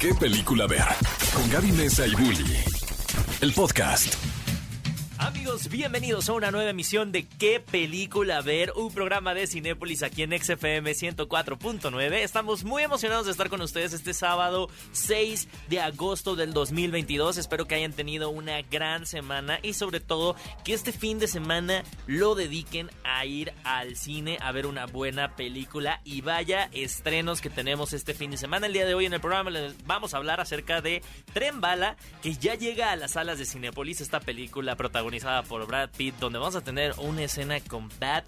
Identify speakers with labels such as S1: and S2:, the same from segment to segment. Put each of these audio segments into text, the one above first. S1: ¿Qué película ver? Con Gaby Mesa y Bully. El podcast.
S2: Amigos, bienvenidos a una nueva emisión de ¿Qué película ver? Un programa de Cinépolis aquí en XFM 104.9. Estamos muy emocionados de estar con ustedes este sábado 6 de agosto del 2022. Espero que hayan tenido una gran semana y sobre todo que este fin de semana lo dediquen a ir al cine a ver una buena película y vaya estrenos que tenemos este fin de semana. El día de hoy en el programa les vamos a hablar acerca de Tren Bala que ya llega a las salas de Cinépolis esta película protagonizada protagonizada por Brad Pitt, donde vamos a tener una escena con Bad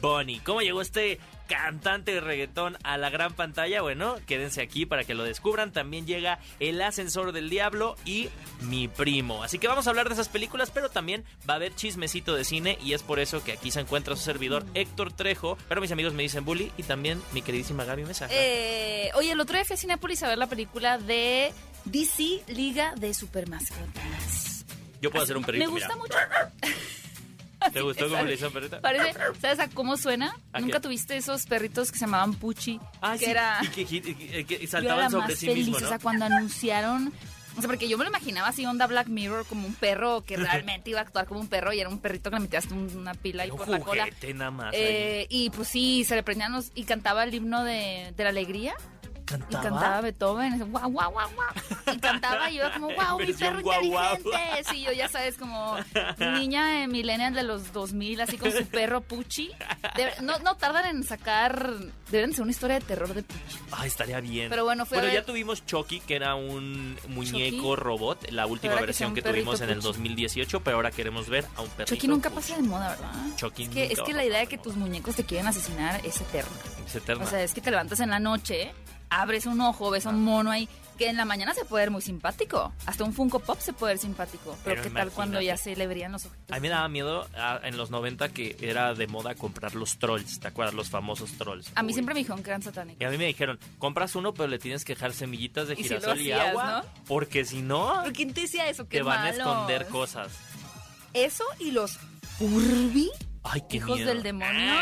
S2: Bunny. ¿Cómo llegó este cantante de reggaetón a la gran pantalla? Bueno, quédense aquí para que lo descubran. También llega El Ascensor del Diablo y Mi Primo. Así que vamos a hablar de esas películas, pero también va a haber chismecito de cine y es por eso que aquí se encuentra su servidor Héctor Trejo. Pero mis amigos me dicen Bully y también mi queridísima Gaby Mesa.
S3: Eh, oye, el otro día fui a Cinepolis a ver la película de DC Liga de Supermascotas.
S2: Yo puedo hacer un perrito.
S3: Me gusta
S2: mira.
S3: mucho.
S2: ¿Te gustó cómo le hizo un perrito?
S3: Parece, ¿sabes a cómo suena?
S2: ¿A
S3: Nunca
S2: qué?
S3: tuviste esos perritos que se llamaban Puchi,
S2: Ah,
S3: que
S2: sí.
S3: era
S2: Y que, gi- y que- y
S3: yo era
S2: saltaban
S3: la
S2: sobre
S3: más
S2: sí
S3: feliz,
S2: mismo,
S3: o
S2: ¿no?
S3: sea, cuando anunciaron o sea, porque yo me lo imaginaba así, onda Black Mirror, como un perro que realmente iba a actuar como un perro y era un perrito que le metías un- una pila ahí
S2: Un
S3: por la cola.
S2: juguete nada más. ahí.
S3: Eh, y pues sí, se le prendían los- y cantaba el himno de, de la alegría. Y
S2: ¿Cantaba?
S3: cantaba Beethoven, así, guau, guau, guau, guau. Y cantaba y yo como, guau, mi
S2: Versión
S3: perro
S2: guau, guau.
S3: inteligente. Sí, yo ya sabes, como niña de millennial de los 2000, así con su perro Puchi. De- no, no tardan en sacar, deben ser una historia de terror de Puchi.
S2: Ay, estaría bien.
S3: Pero bueno, fue a
S2: Bueno, ya
S3: ver,
S2: tuvimos Chucky, que era un muñeco
S3: Chucky.
S2: robot, la última
S3: ahora que
S2: versión
S3: sea un
S2: que, tuvimos
S3: perrito
S2: en el
S3: Puchi.
S2: 2018, pero ahora queremos ver a un perrito.
S3: Chucky nunca
S2: Puchi.
S3: pasa de moda, ¿verdad?
S2: Chucky
S3: es que,
S2: nunca
S3: es que
S2: va a
S3: la idea de
S2: pasar
S3: que
S2: de
S3: tus muñecos te quieren asesinar es eterna.
S2: Es eterna.
S3: O sea, es que te levantas en la noche, abres un ojo, ves a un mono ahí, que en la mañana se puede ver muy simpático. Hasta un Funko Pop se puede ver simpático.
S2: Pero
S3: Pero, qué tal cuando ya
S2: imagínate.
S3: se le verían los ojitos.
S2: a mí me daba miedo ah, en los 90 que era de moda comprar los trolls, ¿te acuerdas? Los famosos trolls.
S3: A mí
S2: Uy.
S3: siempre me dijeron que eran satánicos.
S2: Y a mí me dijeron, compras uno, pero le tienes que dejar semillitas de
S3: Y si lo
S2: girasol y,
S3: hacías,
S2: agua, porque si no,
S3: ¿Pero quién te decía eso? Qué
S2: te van
S3: malos.
S2: a esconder cosas.
S3: Eso y los Furby,
S2: Ay, qué
S3: hijos
S2: miedo.
S3: del demonio.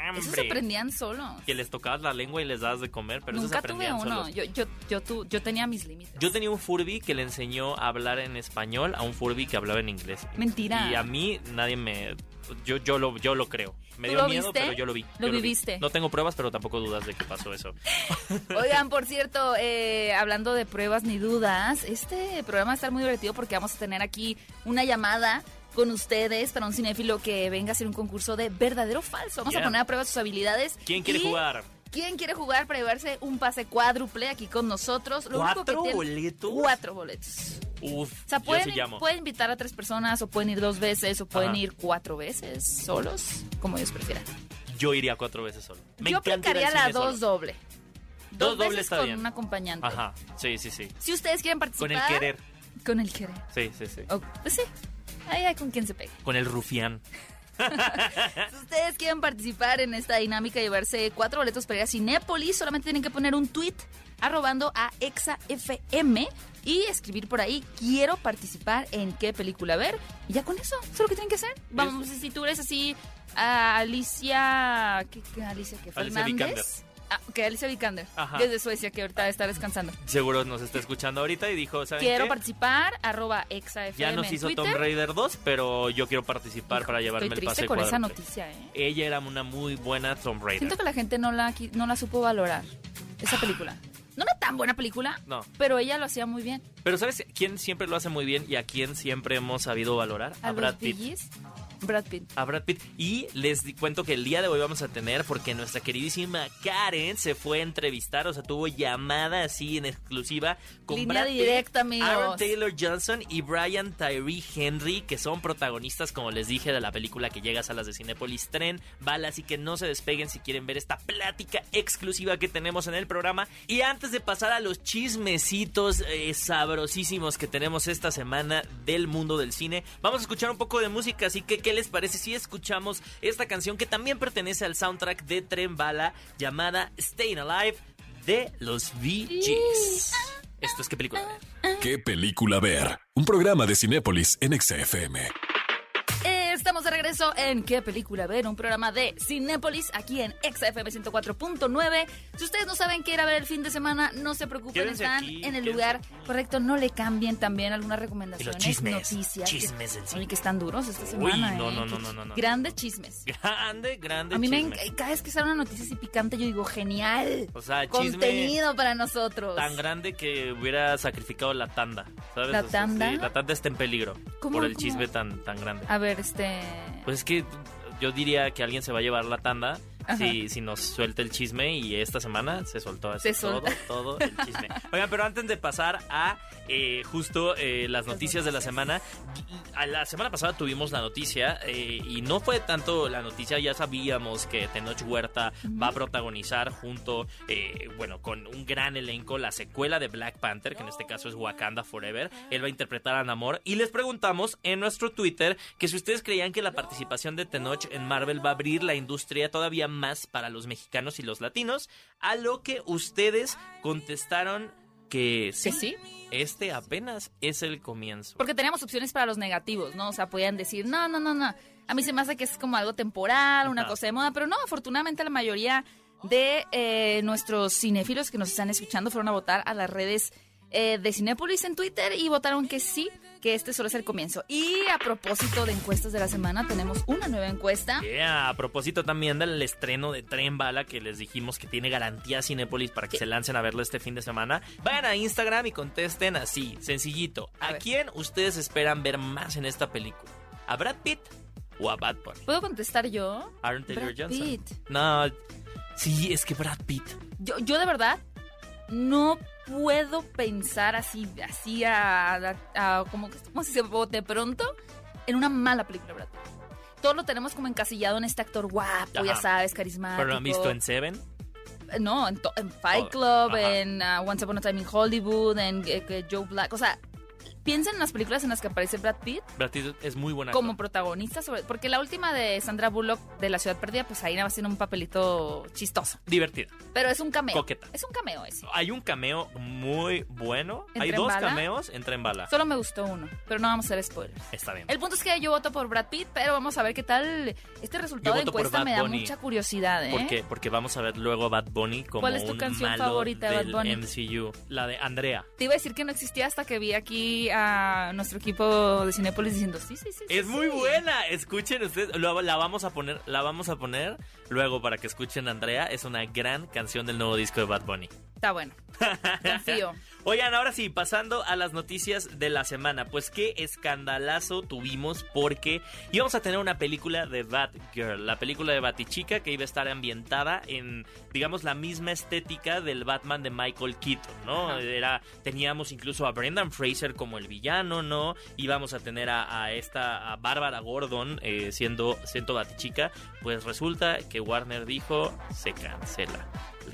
S2: Ah,
S3: esos
S2: hambre.
S3: se prendían solos.
S2: Que les tocabas la lengua y les dabas de comer, pero esos
S3: Nunca tuve
S2: aprendían solos.
S3: uno. Yo, yo, yo, tu- yo tenía mis límites.
S2: Yo tenía un Furby que le enseñó a hablar en español a un Furby que hablaba en inglés.
S3: Mentira.
S2: Y a mí nadie me... Yo, yo, lo, yo lo creo. Me
S3: ¿Tú
S2: dio
S3: lo
S2: miedo,
S3: viste?
S2: pero yo lo vi.
S3: ¿Lo
S2: yo vi.
S3: viviste?
S2: No tengo pruebas, pero tampoco dudas de que pasó eso.
S3: Oigan, por cierto, eh, hablando de pruebas ni dudas, este programa va a estar muy divertido porque vamos a tener aquí una llamada con ustedes para un cinéfilo que venga a hacer un concurso de verdadero o falso. Vamos
S2: Yeah.
S3: a poner a prueba sus habilidades.
S2: ¿Quién quiere
S3: y
S2: jugar?
S3: ¿Quién quiere jugar para llevarse un pase cuádruple aquí con nosotros? único que
S2: ¿Cuatro
S3: tiene-
S2: boletos?
S3: Cuatro boletos.
S2: Uf,
S3: O sea,
S2: yo
S3: pueden,
S2: sí llamo.
S3: pueden invitar a tres personas o pueden ir dos veces o pueden
S2: Ajá.
S3: ir cuatro veces solos, como ellos prefieran.
S2: Yo iría cuatro veces solo. Me
S3: Yo
S2: encanta ir al
S3: aplicaría la
S2: cine solo.
S3: dos doble.
S2: Dos doble
S3: veces
S2: está
S3: con
S2: bien.
S3: un acompañante.
S2: Ajá, sí, sí, sí.
S3: Si ustedes quieren participar.
S2: Con el querer.
S3: Con el querer.
S2: Sí, sí, sí.
S3: O- pues sí. Ahí hay con quien se pegue.
S2: Con el rufián.
S3: Si ustedes quieren participar en esta dinámica y llevarse cuatro boletos para ir a Cinépolis, solamente tienen que poner un tweet arrobando a ExaFM y escribir por ahí, quiero participar en qué película ver. Y ya con eso, eso es lo que tienen que hacer. Vamos, si tú eres así, a Alicia. ¿Qué, qué Alicia? ¿Qué fue?
S2: Alicia Vikander.
S3: Fernández. Ah, ok, Alicia Vikander,
S2: Ajá.
S3: desde Suecia, que ahorita está descansando.
S2: Seguro nos está escuchando ahorita y dijo, ¿saben
S3: Quiero
S2: qué?
S3: participar, arroba ExaFM.
S2: Ya nos
S3: en
S2: hizo
S3: Twitter.
S2: Tomb Raider 2, pero yo quiero participar
S3: Hijo,
S2: para llevarme
S3: Estoy
S2: el
S3: triste
S2: pase
S3: con esa
S2: cuádruple.
S3: noticia, ¿eh?
S2: Ella era una muy buena Tomb Raider.
S3: Siento que la gente no la, qui- no la supo valorar, esa película. No era tan buena película,
S2: No,
S3: pero ella lo hacía muy bien.
S2: pero ¿sabes quién siempre lo hace muy bien y a quién siempre hemos sabido valorar?
S3: A,
S2: A,
S3: los
S2: Ah, Brad Pitt.
S3: Billys, Brad Pitt.
S2: A Brad Pitt. Y les di- cuento que el día de hoy vamos a tener, porque nuestra queridísima Karen se fue a entrevistar, o sea, tuvo llamada así en exclusiva con
S3: Línea
S2: Brad Pitt,
S3: directa, amigos.
S2: Aaron Taylor Johnson y Brian Tyree Henry, que son protagonistas, como les dije, de la película que llega a salas de Cinépolis Tren, Bala, así que no se despeguen si quieren ver esta plática exclusiva que tenemos en el programa. Y antes de pasar a los chismecitos eh, sabrosísimos que tenemos esta semana del mundo del cine, vamos a escuchar un poco de música, así que ¿qué les parece si escuchamos esta canción que también pertenece al soundtrack de Tren Bala llamada Staying Alive de los Bee Gees? Esto es qué película. ver?
S1: ¿Qué película ver? Un programa de Cinépolis en XFM.
S3: Eh, estamos de regreso en qué película ver, un programa de Cinépolis aquí en XFM 104.9. Si ustedes no saben qué ir a ver el fin de semana, no se preocupen,
S2: Quédense
S3: están
S2: aquí,
S3: en el
S2: quédense
S3: lugar
S2: aquí.
S3: correcto. No le cambien también algunas
S2: Y los
S3: recomendaciones,
S2: chismes,
S3: noticias.
S2: chismes
S3: que,
S2: en cine.
S3: Oye, que están duros esta
S2: Uy,
S3: semana.
S2: no,
S3: ¿eh?
S2: no, no,
S3: Que-
S2: no, no, no.
S3: Grandes chismes.
S2: Grande, grande.
S3: A mí me
S2: chisme.
S3: enc- cada vez que sale una noticia así picante, yo digo, genial.
S2: O sea, chisme
S3: contenido para nosotros.
S2: tan grande que hubiera sacrificado la tanda. ¿sabes?
S3: ¿La
S2: O sea,
S3: tanda?
S2: sí, la tanda está en peligro
S3: ¿Cómo,
S2: por el
S3: cómo?
S2: chisme tan, tan grande.
S3: A ver, este.
S2: Pues es que yo diría que alguien se va a llevar la tanda
S3: Ajá.
S2: si, si nos suelta el chisme y esta semana se soltó así
S3: Se solta.
S2: todo, todo el chisme. Oigan, pero antes de pasar a eh, justo eh, las noticias de la semana, a la semana pasada tuvimos la noticia eh, y no fue tanto la noticia, ya sabíamos que Tenoch Huerta va a protagonizar junto, eh, bueno, con un gran elenco la secuela de Black Panther, que en este caso es Wakanda Forever. Él va a interpretar a Namor y les preguntamos en nuestro Twitter que si ustedes creían que la participación de Tenoch en Marvel va a abrir la industria todavía más para los mexicanos y los latinos, a lo que ustedes contestaron que sí.
S3: ¿Que pues sí?
S2: Este apenas es el comienzo.
S3: Porque teníamos opciones para los negativos, ¿no? O sea, podían decir, no, no, no, no. A mí se me hace que es como algo temporal, una
S2: Ajá.
S3: cosa de moda, pero no, afortunadamente la mayoría de eh, nuestros cinéfilos que nos están escuchando fueron a votar a las redes eh, de Cinépolis en Twitter y votaron que sí, que este solo es el comienzo. Y a propósito de encuestas de la semana, tenemos una nueva encuesta.
S2: Yeah, a propósito también del estreno de Tren Bala que les dijimos que tiene garantía Cinépolis para que se lancen a verlo este fin de semana. Vayan a Instagram y contesten así, sencillito.
S3: A
S2: ¿A,
S3: ver.
S2: quién ustedes esperan ver más en esta película? ¿A Brad Pitt o a Bad Bunny?
S3: ¿Puedo contestar yo?
S2: Aaron Taylor
S3: Brad
S2: Johnson.
S3: Pitt.
S2: No, sí, es que Brad Pitt.
S3: Yo, yo de verdad no puedo pensar así, así a, a- a- como, como si se bote pronto en una mala película, ¿verdad? Todo lo tenemos como encasillado en este actor guapo, ya
S2: Ajá.
S3: sabes, carismático.
S2: Pero lo han visto en Seven.
S3: Eh, No, en, to- en Fight
S2: Oh,
S3: Club,
S2: ajá.
S3: en ah, Once Upon a Time in Hollywood, en eh, que Joe Black. O sea, piensa en las películas en las que aparece Brad Pitt
S2: Brad Pitt es muy buena.
S3: como protagonista, sobre, porque la última de Sandra Bullock de La Ciudad Perdida, pues ahí nada más tiene un papelito chistoso.
S2: Divertida.
S3: Pero es un cameo.
S2: Coqueta.
S3: Es un cameo ese.
S2: Hay un cameo muy bueno.
S3: ¿En
S2: Hay
S3: Tren
S2: dos
S3: Bala?
S2: cameos en Tren Bala.
S3: Solo me gustó uno, pero no vamos a hacer spoilers.
S2: Está bien.
S3: El punto es que yo voto por Brad Pitt, pero vamos a ver qué tal este resultado de
S2: voto por
S3: encuesta
S2: Bad
S3: me da
S2: Bunny.
S3: mucha curiosidad, ¿eh?
S2: ¿Por qué? Porque vamos a ver luego a Bad Bunny como
S3: ¿Cuál es tu
S2: un
S3: canción
S2: malo
S3: favorita de Bad
S2: del
S3: Bunny?
S2: MCU, la de Andrea.
S3: Te iba a decir que no existía hasta que vi aquí a nuestro equipo de Cinépolis diciendo sí, sí, sí. sí,
S2: Es muy
S3: sí".
S2: buena, escuchen ustedes, lo- la vamos a poner, la vamos a poner luego para que escuchen a Andrea, es una gran canción del nuevo disco de Bad Bunny.
S3: Está bueno. Confío.
S2: Oigan, ahora sí, pasando a las noticias de la semana, pues qué escandalazo tuvimos porque íbamos a tener una película de Batgirl, la película de Batichica que iba a estar ambientada en, digamos, la misma estética del Batman de Michael Keaton, ¿no?
S3: Ajá.
S2: Era, teníamos incluso a Brendan Fraser como el villano, ¿no? Íbamos a tener a, a esta, a Bárbara Gordon eh, siendo, siendo Batichica, pues resulta que Warner dijo, se cancela.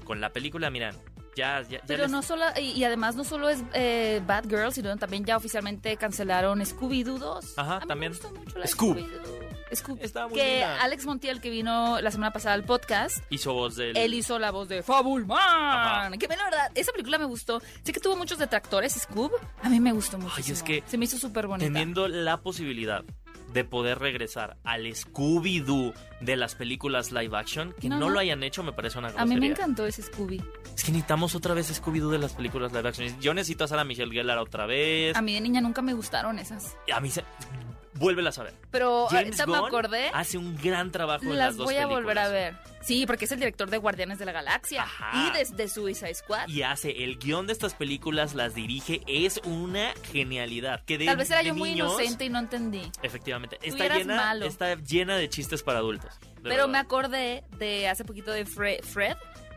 S2: Con la película, miran, ya, ya, ya
S3: Pero
S2: les-
S3: no solo, y, y además no solo es eh, Bad Girl, sino también ya oficialmente cancelaron Scooby-Doo 2.
S2: Ajá,
S3: A mí
S2: también.
S3: Me gustó mucho la de
S1: Scoop.
S3: Scooby-Doo. Scoop.
S2: Estaba muy
S3: Que
S2: linda.
S3: Alex Montiel, que vino la semana pasada al podcast,
S2: hizo voz del...
S3: Él hizo la voz de Fabulman.
S2: Ajá.
S3: Que bien, la verdad, esa película me gustó. Sé que tuvo muchos detractores, Scoob. A mí me gustó mucho.
S2: es que
S3: se me hizo súper bonita.
S2: teniendo la posibilidad de poder regresar al Scooby-Doo de las películas live action, que
S3: No,
S2: no,
S3: no.
S2: lo hayan hecho me parece una
S3: A
S2: grosería.
S3: mí me encantó ese Scooby.
S2: Es que necesitamos otra vez Scooby-Doo de las películas live action. Yo necesito a Sarah Michelle Gellar otra vez.
S3: A mí de niña nunca me gustaron esas.
S2: A mí se... Vuélvelas a ver.
S3: Pero
S2: James
S3: ahorita me
S2: Gunn
S3: acordé.
S2: hace un gran trabajo en
S3: ¿Eh? Las
S2: las dos
S3: voy a volver
S2: películas.
S3: a ver. Sí, porque es el director de Guardianes de la Galaxia.
S2: Ajá.
S3: Y desde Suicide Squad.
S2: Y hace el guión de estas películas, las dirige, es una genialidad. Que de-
S3: Tal vez era
S2: de
S3: yo muy
S2: niños-
S3: inocente y no entendí.
S2: Efectivamente. Está
S3: eras
S2: llena,
S3: malo.
S2: está llena de chistes para adultos. de
S3: Pero me
S2: verdad.
S3: acordé de hace poquito de Fre- Fred.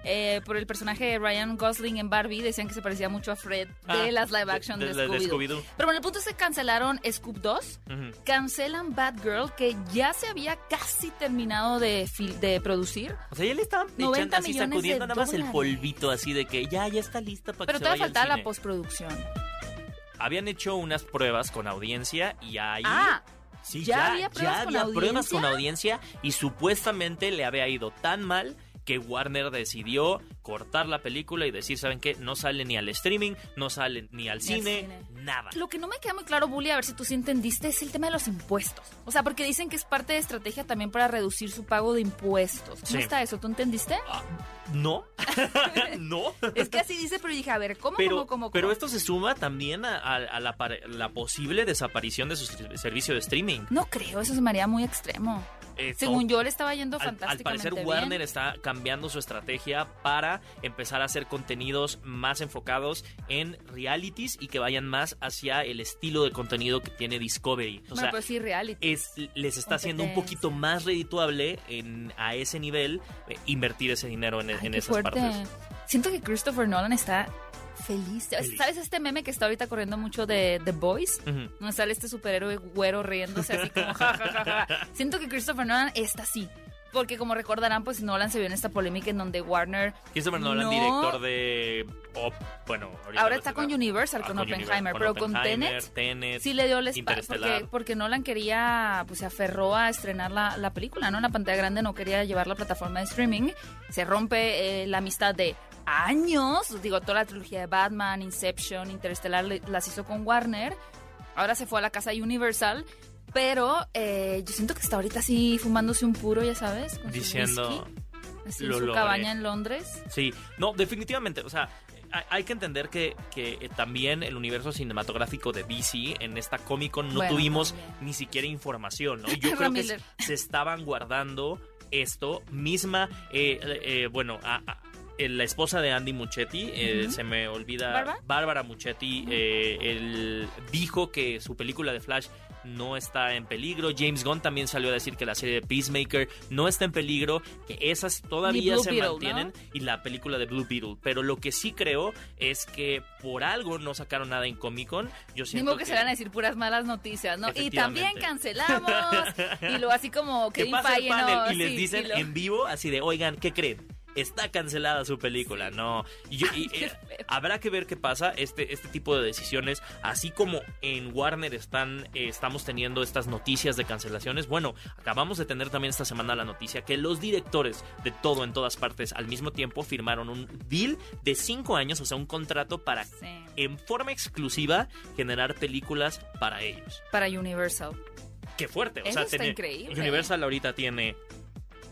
S3: eh, por el personaje de Ryan Gosling en Barbie decían que se parecía mucho a Fred de
S2: Ah,
S3: las live action
S2: de-
S3: de,
S2: de- de
S3: Scooby-Doo.
S2: Scooby-Doo.
S3: Pero bueno, el punto es que cancelaron Scoop 2,
S2: Ujú.
S3: cancelan Bad Girl, que ya se había casi terminado de, fil- de producir,
S2: O sea, ya le estaban
S3: 90
S2: echando así,
S3: millones de
S2: sacudiendo nada más el
S3: dólares.
S2: polvito así de que ya, ya está lista para
S3: pero
S2: que se vaya
S3: todavía faltaba
S2: al
S3: la
S2: cine.
S3: postproducción.
S2: Habían hecho unas pruebas con audiencia y ahí...
S3: Ah,
S2: sí,
S3: ¿ya había pruebas con
S2: había pruebas con audiencia y supuestamente le había ido tan mal que Warner decidió cortar la película y decir, ¿saben qué? No sale ni al streaming, no sale ni al,
S3: Ni al
S2: cine,
S3: cine.
S2: nada.
S3: Lo que no me queda muy claro, Bully, a ver si tú sí entendiste, es el tema de los impuestos. O sea, porque dicen que es parte de estrategia también para reducir su pago de impuestos. ¿Cómo
S2: Sí.
S3: está eso? ¿Tú entendiste?
S2: ¿No? ¿No?
S3: Es que así dice, pero dije, a ver, ¿cómo,
S2: Pero,
S3: cómo, cómo?
S2: pero
S3: cómo?
S2: esto se suma también a, a- a la, par- la posible desaparición de su ser- servicio de streaming.
S3: No creo, eso se me haría muy extremo.
S2: Eh,
S3: Según yo, le estaba yendo
S2: Al, al
S3: fantásticamente
S2: parecer
S3: bien.
S2: Warner está cambiando su estrategia para empezar a hacer contenidos más enfocados en realities y que vayan más hacia el estilo de contenido que tiene Discovery. O
S3: Bueno,
S2: sea,
S3: pues sí, reality.
S2: es, les está haciendo un poquito más redituable en, a ese nivel eh, invertir ese dinero en,
S3: Ay,
S2: en
S3: qué
S2: esas partes.
S3: Siento que Christopher Nolan está feliz.
S2: Feliz.
S3: ¿Sabes este meme que está ahorita corriendo mucho de The Boys?
S2: Ujú.
S3: No sale este superhéroe güero riéndose así como ja, ja, ja, ja. Siento que Christopher Nolan está así. Porque como recordarán, pues Nolan se vio en esta polémica en donde Warner
S2: Christopher Nolan,
S3: No.
S2: director de... Op- bueno, ahorita
S3: ahora
S2: lo
S3: está
S2: sé,
S3: con
S2: ah,
S3: Universal,
S2: ah,
S3: con,
S2: con
S3: Oppenheimer,
S2: Universal,
S3: pero con
S2: Oppenheimer,
S3: Tenet
S2: Tenet.
S3: sí le dio el espacio
S2: Interestelar.
S3: porque, porque Nolan quería, pues se aferró a estrenar la, la película, ¿no? En la pantalla grande no quería llevar la plataforma de streaming. Se rompe eh, la amistad de años, digo, toda la trilogía de Batman, Inception, Interestelar le- las hizo con Warner. Ahora se fue a la casa Universal, pero eh, yo siento que está ahorita así fumándose un puro, ya sabes, con su
S2: Diciendo...
S3: whisky, así en
S2: "Lo
S3: su
S2: logré".
S3: cabaña en Londres.
S2: Sí, no, definitivamente. O sea, hay- hay que entender que, que eh, también el universo cinematográfico de DC en esta Comic Con no
S3: Bueno,
S2: tuvimos
S3: también.
S2: ni siquiera información, ¿no? Yo creo que
S3: Ramiller.
S2: se estaban guardando esto misma. eh, eh, eh, bueno, a- a- eh, la esposa de Andy Muchetti, eh,
S3: Ujú.
S2: se me olvida.
S3: ¿Bárbara?
S2: Bárbara Muchetti, eh, él dijo que su película de Flash no está en peligro. James Gunn también salió a decir que la serie de Peacemaker no está en peligro, que esas todavía
S3: Blue
S2: se
S3: Beetle, ¿no?
S2: mantienen y la película de Blue Beetle. Pero lo que sí creo es que por algo no sacaron nada en Comic Con. Yo siento
S3: Digo que, se van a decir puras malas noticias, ¿no? Y también
S2: Efectivamente.
S3: cancelamos. y luego así como
S2: que
S3: Kevin
S2: pasa el
S3: Feige,
S2: panel
S3: ¿no?
S2: y les
S3: Sí,
S2: dicen
S3: y lo-
S2: en vivo así de, oigan, ¿qué creen? Está cancelada su película, no. Y yo- y,
S3: qué
S2: eh,
S3: feo.
S2: habrá que ver qué pasa este, este tipo de decisiones, así como en Warner están, eh, estamos teniendo estas noticias de cancelaciones. Bueno, acabamos de tener también esta semana la noticia que los directores de todo en todas partes al mismo tiempo firmaron un deal de cinco años, o sea, un contrato para
S3: Sí,
S2: en forma exclusiva generar películas para ellos.
S3: para Universal.
S2: Qué fuerte. O
S3: Eso
S2: sea,
S3: está
S2: tiene-
S3: increíble.
S2: Universal ahorita tiene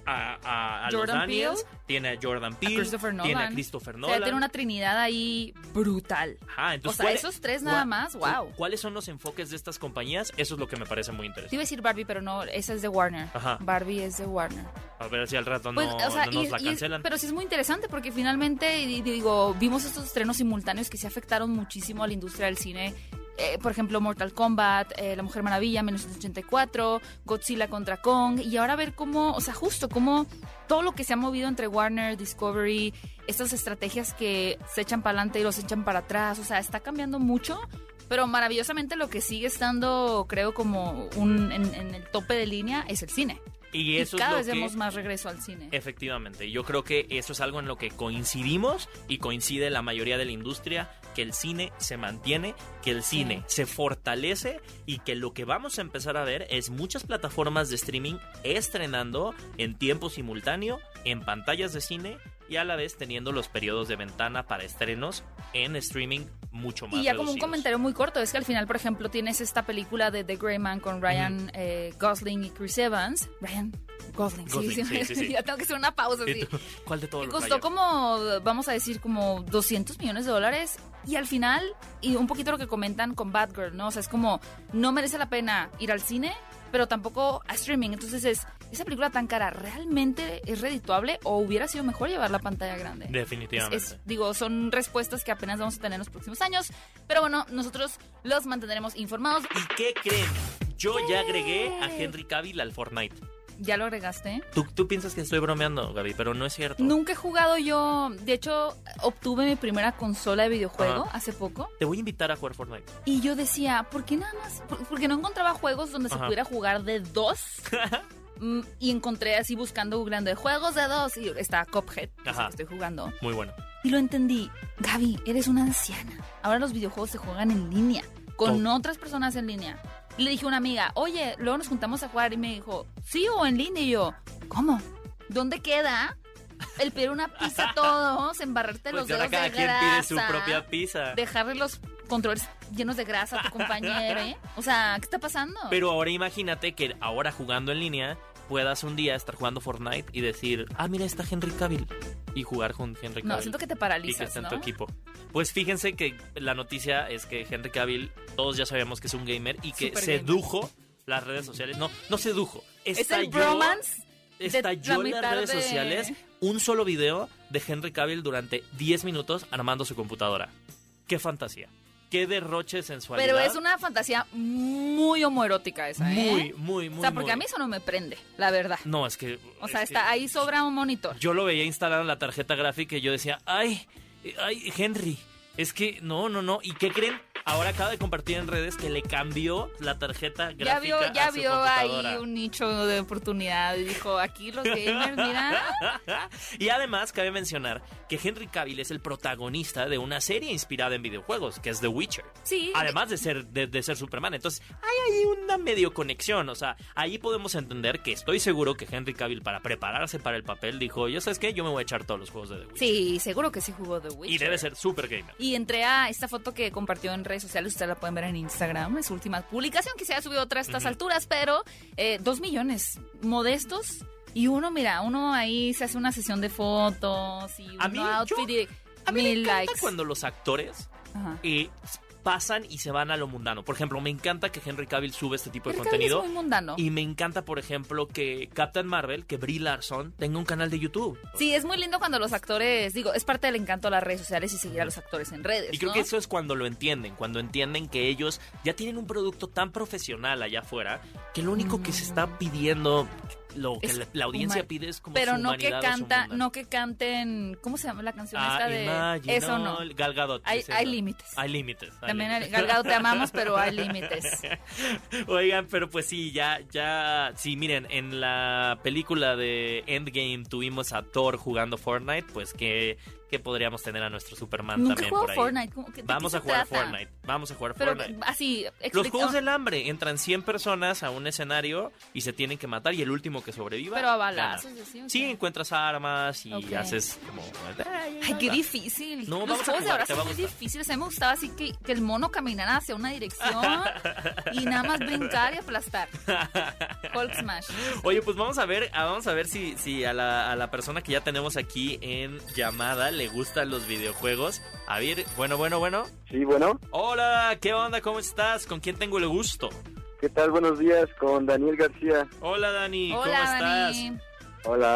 S2: a, a- a los
S3: Jordan
S2: Daniels, tiene a Jordan Peele,
S3: Christopher
S2: tiene a
S3: Nolan.
S2: Christopher
S3: O sea,
S2: Nolan.
S3: tiene una trinidad ahí brutal.
S2: Ajá,
S3: O
S2: entonces,
S3: sea,
S2: ¿cuál-
S3: esos tres nada
S2: cua-
S3: más,
S2: cu-
S3: wow.
S2: ¿Cuáles son los enfoques de estas compañías? Eso es lo que me parece muy
S3: Te
S2: interesante.
S3: iba a decir Barbie, pero no, esa es de Warner.
S2: Ajá.
S3: Barbie es de Warner.
S2: A ver si al rato no,
S3: Pues, o sea,
S2: no nos
S3: y-
S2: la
S3: y-
S2: cancelan.
S3: pero sí es muy interesante porque finalmente, y- y digo, vimos estos estrenos simultáneos que se afectaron muchísimo a la industria del cine. Eh, por ejemplo, Mortal Kombat, eh, La Mujer Maravilla, 1984, Godzilla contra Kong. Y ahora ver cómo, o sea, justo cómo todo lo que se ha movido entre Warner, Discovery, estas estrategias que se echan para adelante y los echan para atrás. O sea, está cambiando mucho. Pero maravillosamente lo que sigue estando, creo, como un, en, en el tope de línea es el cine.
S2: y
S3: Y,
S2: eso
S3: cada
S2: es
S3: vez
S2: lo
S3: vemos
S2: que...
S3: más regreso al cine.
S2: Efectivamente, yo creo que eso es algo en lo que coincidimos y coincide la mayoría de la industria, que el cine se mantiene, que el
S3: Sí.
S2: cine se fortalece y que lo que vamos a empezar a ver es muchas plataformas de streaming estrenando en tiempo simultáneo, en pantallas de cine y a la vez teniendo los periodos de ventana para estrenos en streaming mucho más.
S3: Y ya como un
S2: reducidos.
S3: comentario muy corto, es que al final, por ejemplo, tienes esta película de The Grey Man con Ryan eh, Gosling y Chris Evans. Ryan Gosling, sí,
S2: Gosling, sí, sí, sí.
S3: ya tengo que hacer una pausa.
S2: ¿Y
S3: Sí.
S2: tú? ¿Cuál de todos
S3: Que
S2: los
S3: costó
S2: rayos?
S3: como, vamos a decir, como 200 millones de dólares. Y al final, y un poquito lo que comentan con Bad Girl, ¿no? O sea, es como, no merece la pena ir al cine, pero tampoco a streaming. Entonces es, esa película tan cara, ¿realmente es redituable o hubiera sido mejor llevarla a pantalla grande? Es-
S2: Definitivamente.
S3: es- digo, son respuestas que apenas vamos a tener en los próximos años, pero bueno, nosotros los mantendremos informados.
S2: ¿Y qué creen? Yo ya agregué a
S3: ¿Qué?
S2: Henry Cavill al Fortnite.
S3: ¿Ya lo agregaste?
S2: Tú, tú piensas que estoy bromeando, Gaby, pero no es cierto.
S3: Nunca he jugado yo, de hecho, obtuve mi primera consola de videojuego
S2: Ajá.
S3: hace poco
S2: Te voy a invitar a jugar Fortnite.
S3: y yo decía, ¿por qué nada más? Por- Porque no encontraba juegos donde se
S2: Ajá.
S3: pudiera jugar de dos. Mm, y encontré así buscando, googleando de juegos de dos y está Cophead, que es el
S2: Ajá.
S3: que estoy jugando.
S2: Muy bueno.
S3: Y lo entendí. Gaby, eres una anciana. Ahora los videojuegos se juegan en línea, con otras personas en línea. Y le dije a una amiga, oye, luego nos juntamos a jugar. Y me dijo, sí o en línea. Y yo, ¿cómo? ¿Dónde queda? el pedir una pizza a todos, embarrarte
S2: Pues
S3: los
S2: que ahora
S3: dedos
S2: cada
S3: de
S2: quien
S3: grasa.
S2: pide su propia pizza.
S3: Dejarle los controles llenos de grasa a tu compañero, ¿eh? O sea, ¿qué está pasando?
S2: Pero ahora imagínate que ahora jugando en línea puedas un día estar jugando Fortnite y decir, ah, mira, está Henry Cavill. Y jugar con Henry Cavill.
S3: no, siento que te
S2: y que
S3: paralizas,
S2: está en
S3: ¿no?
S2: tu equipo. Pues fíjense que la noticia es que Henry Cavill, todos ya sabíamos que es un gamer y que
S3: Super gamer.
S2: sedujo las redes sociales. No, no sedujo.
S3: Es el
S2: estalló-
S3: bromance de la
S2: Estalló en las
S3: mitad
S2: redes
S3: de-
S2: sociales un solo video de Henry Cavill durante 10 minutos armando su computadora. ¡Qué fantasía! ¡Qué derroche de sensualidad!
S3: Pero es una fantasía muy homoerótica esa, ¿eh?
S2: Muy, muy, muy.
S3: o sea, porque
S2: muy.
S3: a mí eso no me prende, la verdad.
S2: No, es que.
S3: O sea,
S2: es que
S3: está ahí sobra un monitor.
S2: Yo lo veía instalado en la tarjeta gráfica y yo decía, ¡ay! ¡Ay, Henry! Es que no, no, no. ¿Y qué creen? Ahora acaba de compartir en redes que le cambió la tarjeta gráfica.
S3: Ya vio, ya
S2: a su
S3: vio
S2: computadora.
S3: ahí un nicho de oportunidad y dijo, aquí los gamers, mira.
S2: y además cabe mencionar que Henry Cavill es el protagonista de una serie inspirada en videojuegos, que es The Witcher.
S3: Sí.
S2: Además de ser, de, de ser Superman. Entonces, hay ahí una medio conexión. O sea, ahí podemos entender que estoy seguro que Henry Cavill, para prepararse para el papel, dijo: Yo sabes qué, yo me voy a echar todos los juegos de The Witcher.
S3: Sí, seguro que sí jugó The Witcher.
S2: Y debe ser super gamer.
S3: Y entré a esta foto que compartió en redes sociales, ustedes la pueden ver en Instagram, en su última publicación, que se ha subido otra a estas
S2: Ujú.
S3: alturas, pero eh, dos millones modestos. Y uno, mira, uno ahí se hace una sesión de fotos y
S2: A
S3: uno
S2: mí,
S3: outfit y
S2: A mí me
S3: mil
S2: encanta
S3: likes.
S2: cuando los actores
S3: Ajá.
S2: eh, pasan y se van a lo mundano. Por ejemplo, me encanta que Henry Cavill sube este tipo de
S3: Pero cada vez
S2: contenido.
S3: es muy mundano.
S2: Y me encanta, por ejemplo, que Captain Marvel, que Brie Larson, tenga un canal de YouTube.
S3: Sí, es muy lindo cuando los actores, digo, es parte del encanto de las redes sociales y seguir a los actores en redes.
S2: Y creo
S3: ¿no?
S2: que eso es cuando lo entienden, cuando entienden que ellos ya tienen un producto tan profesional allá afuera que lo único que se está pidiendo, lo que
S3: Mm. Es
S2: la, la audiencia
S3: human-
S2: pide es como
S3: Pero
S2: su
S3: no que
S2: humanidad o su
S3: canta,
S2: mundo.
S3: no que canten, ¿cómo se llama la canción
S2: Ah,
S3: esta de
S2: Imagine
S3: eso no?
S2: All, Gal Gadot,
S3: Hay,
S2: sí,
S3: hay
S2: no.
S3: límites.
S2: Hay límites. hay
S3: También
S2: límites.
S3: hay- Galgado te amamos, pero hay límites.
S2: Oigan, pero pues sí, ya, ya, sí, miren, en la película de Endgame tuvimos a Thor jugando Fortnite, pues que, que podríamos tener a nuestro Superman
S3: Nunca he
S2: también
S3: jugado
S2: por ahí.
S3: Fortnite. ¿cómo que- de
S2: Vamos
S3: qué
S2: a
S3: se
S2: jugar
S3: trata?
S2: Fortnite, vamos a jugar
S3: Pero
S2: Fortnite.
S3: así,
S2: Los
S3: explica-
S2: Juegos del Hambre, entran 100 personas a un escenario y se tienen que matar y el último que sobreviva.
S3: Pero a
S2: gana.
S3: balazos. así, ¿o
S2: Sí,
S3: qué?
S2: encuentras armas y
S3: Ok.
S2: haces como...
S3: Ay, qué difícil.
S2: No,
S3: Los
S2: vamos a
S3: juegos de
S2: jugar,
S3: ahora
S2: te
S3: son
S2: va a
S3: muy
S2: gustar.
S3: difíciles. A mí me gustaba así que, que el mono caminara hacia una dirección y nada más brincar y aplastar. Hulk Smash.
S2: Oye, pues vamos a ver, ah, vamos a ver si, si a, la, a la persona que ya tenemos aquí en llamada le gustan los videojuegos. A ver, bueno, bueno, bueno.
S4: Sí, bueno,
S2: Hola, ¿qué onda? ¿Cómo estás? ¿Con quién tengo el gusto?
S4: ¿qué tal? Buenos días con Daniel García.
S2: Hola, Dani, ¿cómo
S3: Hola,
S2: estás?
S3: Dani.
S4: Hola,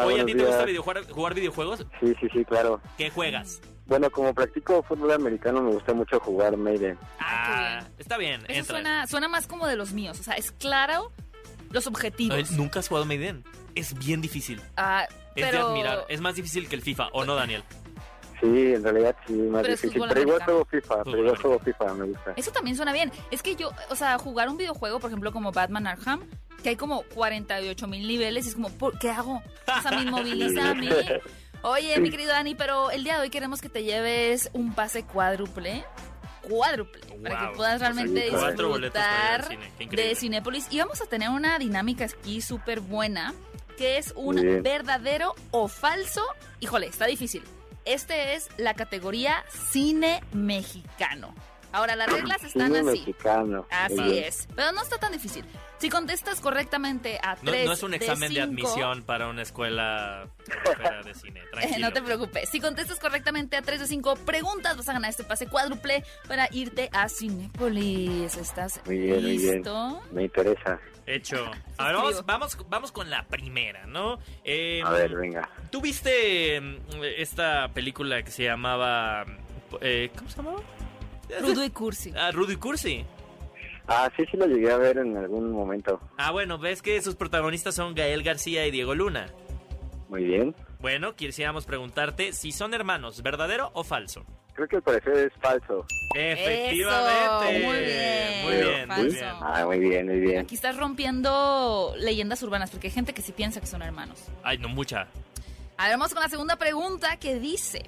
S2: Oye, ¿a
S4: Ah, buenos
S2: ti te
S4: días.
S2: gusta videojugar- jugar videojuegos?
S4: Sí, sí, sí, claro.
S2: ¿Qué juegas?
S4: Bueno, como practico fútbol americano, me gusta mucho jugar Maiden.
S3: Ah, qué
S2: está bien,
S3: Eso
S2: entra.
S3: suena, suena más como de los míos. O sea, es claro los
S2: Ay,
S3: objetivos.
S2: Nunca has jugado Maiden. Es bien difícil.
S3: Ah,
S2: Es
S3: pero...
S2: de admirar. Es más difícil que el FIFA, ¿o no, Daniel?
S4: Sí, en realidad sí, más
S3: Pero es
S4: difícil.
S3: fútbol
S4: Pero igual
S3: americano.
S4: juego FIFA, pero
S2: Fútbol
S4: igual juego FIFA, me gusta.
S3: Eso también suena bien. Es que yo, o sea, jugar un videojuego, por ejemplo, como Batman Arkham, que hay como 48 mil niveles, es como, ¿por ¿qué hago? O sea, me inmoviliza a mí. Oye, mi querido Dani, pero el día de hoy queremos que te lleves un pase cuádruple. Cuádruple. para
S2: Wow.
S3: que puedas realmente
S4: Sí, claro.
S2: pues Cuatro boletos para ir al
S3: disfrutar
S2: cine. Qué increíble.
S3: de Cinépolis. Y vamos a tener una dinámica aquí súper buena, que es un
S4: Muy bien.
S3: verdadero o falso. Híjole, está difícil. Este es la categoría cine mexicano. Ahora, las reglas están
S4: Cine
S3: así.
S4: mexicano. muy
S3: Así
S4: bien.
S3: es. Pero no está tan difícil. Si contestas correctamente a
S2: No,
S3: tres
S2: no es un examen de,
S3: cinco,
S2: admisión para una escuela extranjera de cine.
S3: eh,
S2: Tranquilo.
S3: No te preocupes. Si contestas correctamente a 3 de 5 preguntas, vas a ganar este pase cuádruple para irte a Cinépolis. ¿Estás
S4: Muy bien, muy bien.
S3: listo?
S4: Me interesa.
S2: Hecho. A ver, vamos, vamos, vamos con la primera, ¿no? Eh,
S4: A ver, venga.
S2: ¿Tú viste mm, esta película que se llamaba. eh, ¿Cómo se llamaba?
S3: Rudo y cursi.
S2: Ah, Rudy Cursi.
S4: Ah, sí, sí lo llegué a ver en algún momento.
S2: Ah, bueno, ves que sus protagonistas son Gael García y Diego Luna.
S4: Muy bien.
S2: Bueno, quisiéramos preguntarte si son hermanos, ¿verdadero o falso?
S4: Creo que al parecer es falso.
S2: Efectivamente.
S3: Muy bien.
S2: Muy bien, muy
S3: Falso.
S2: bien.
S4: Ah, muy bien, muy bien.
S3: Aquí estás rompiendo leyendas urbanas porque hay gente que sí piensa que son hermanos.
S2: Ay, no, mucha.
S3: A ver, vamos con la segunda pregunta que dice: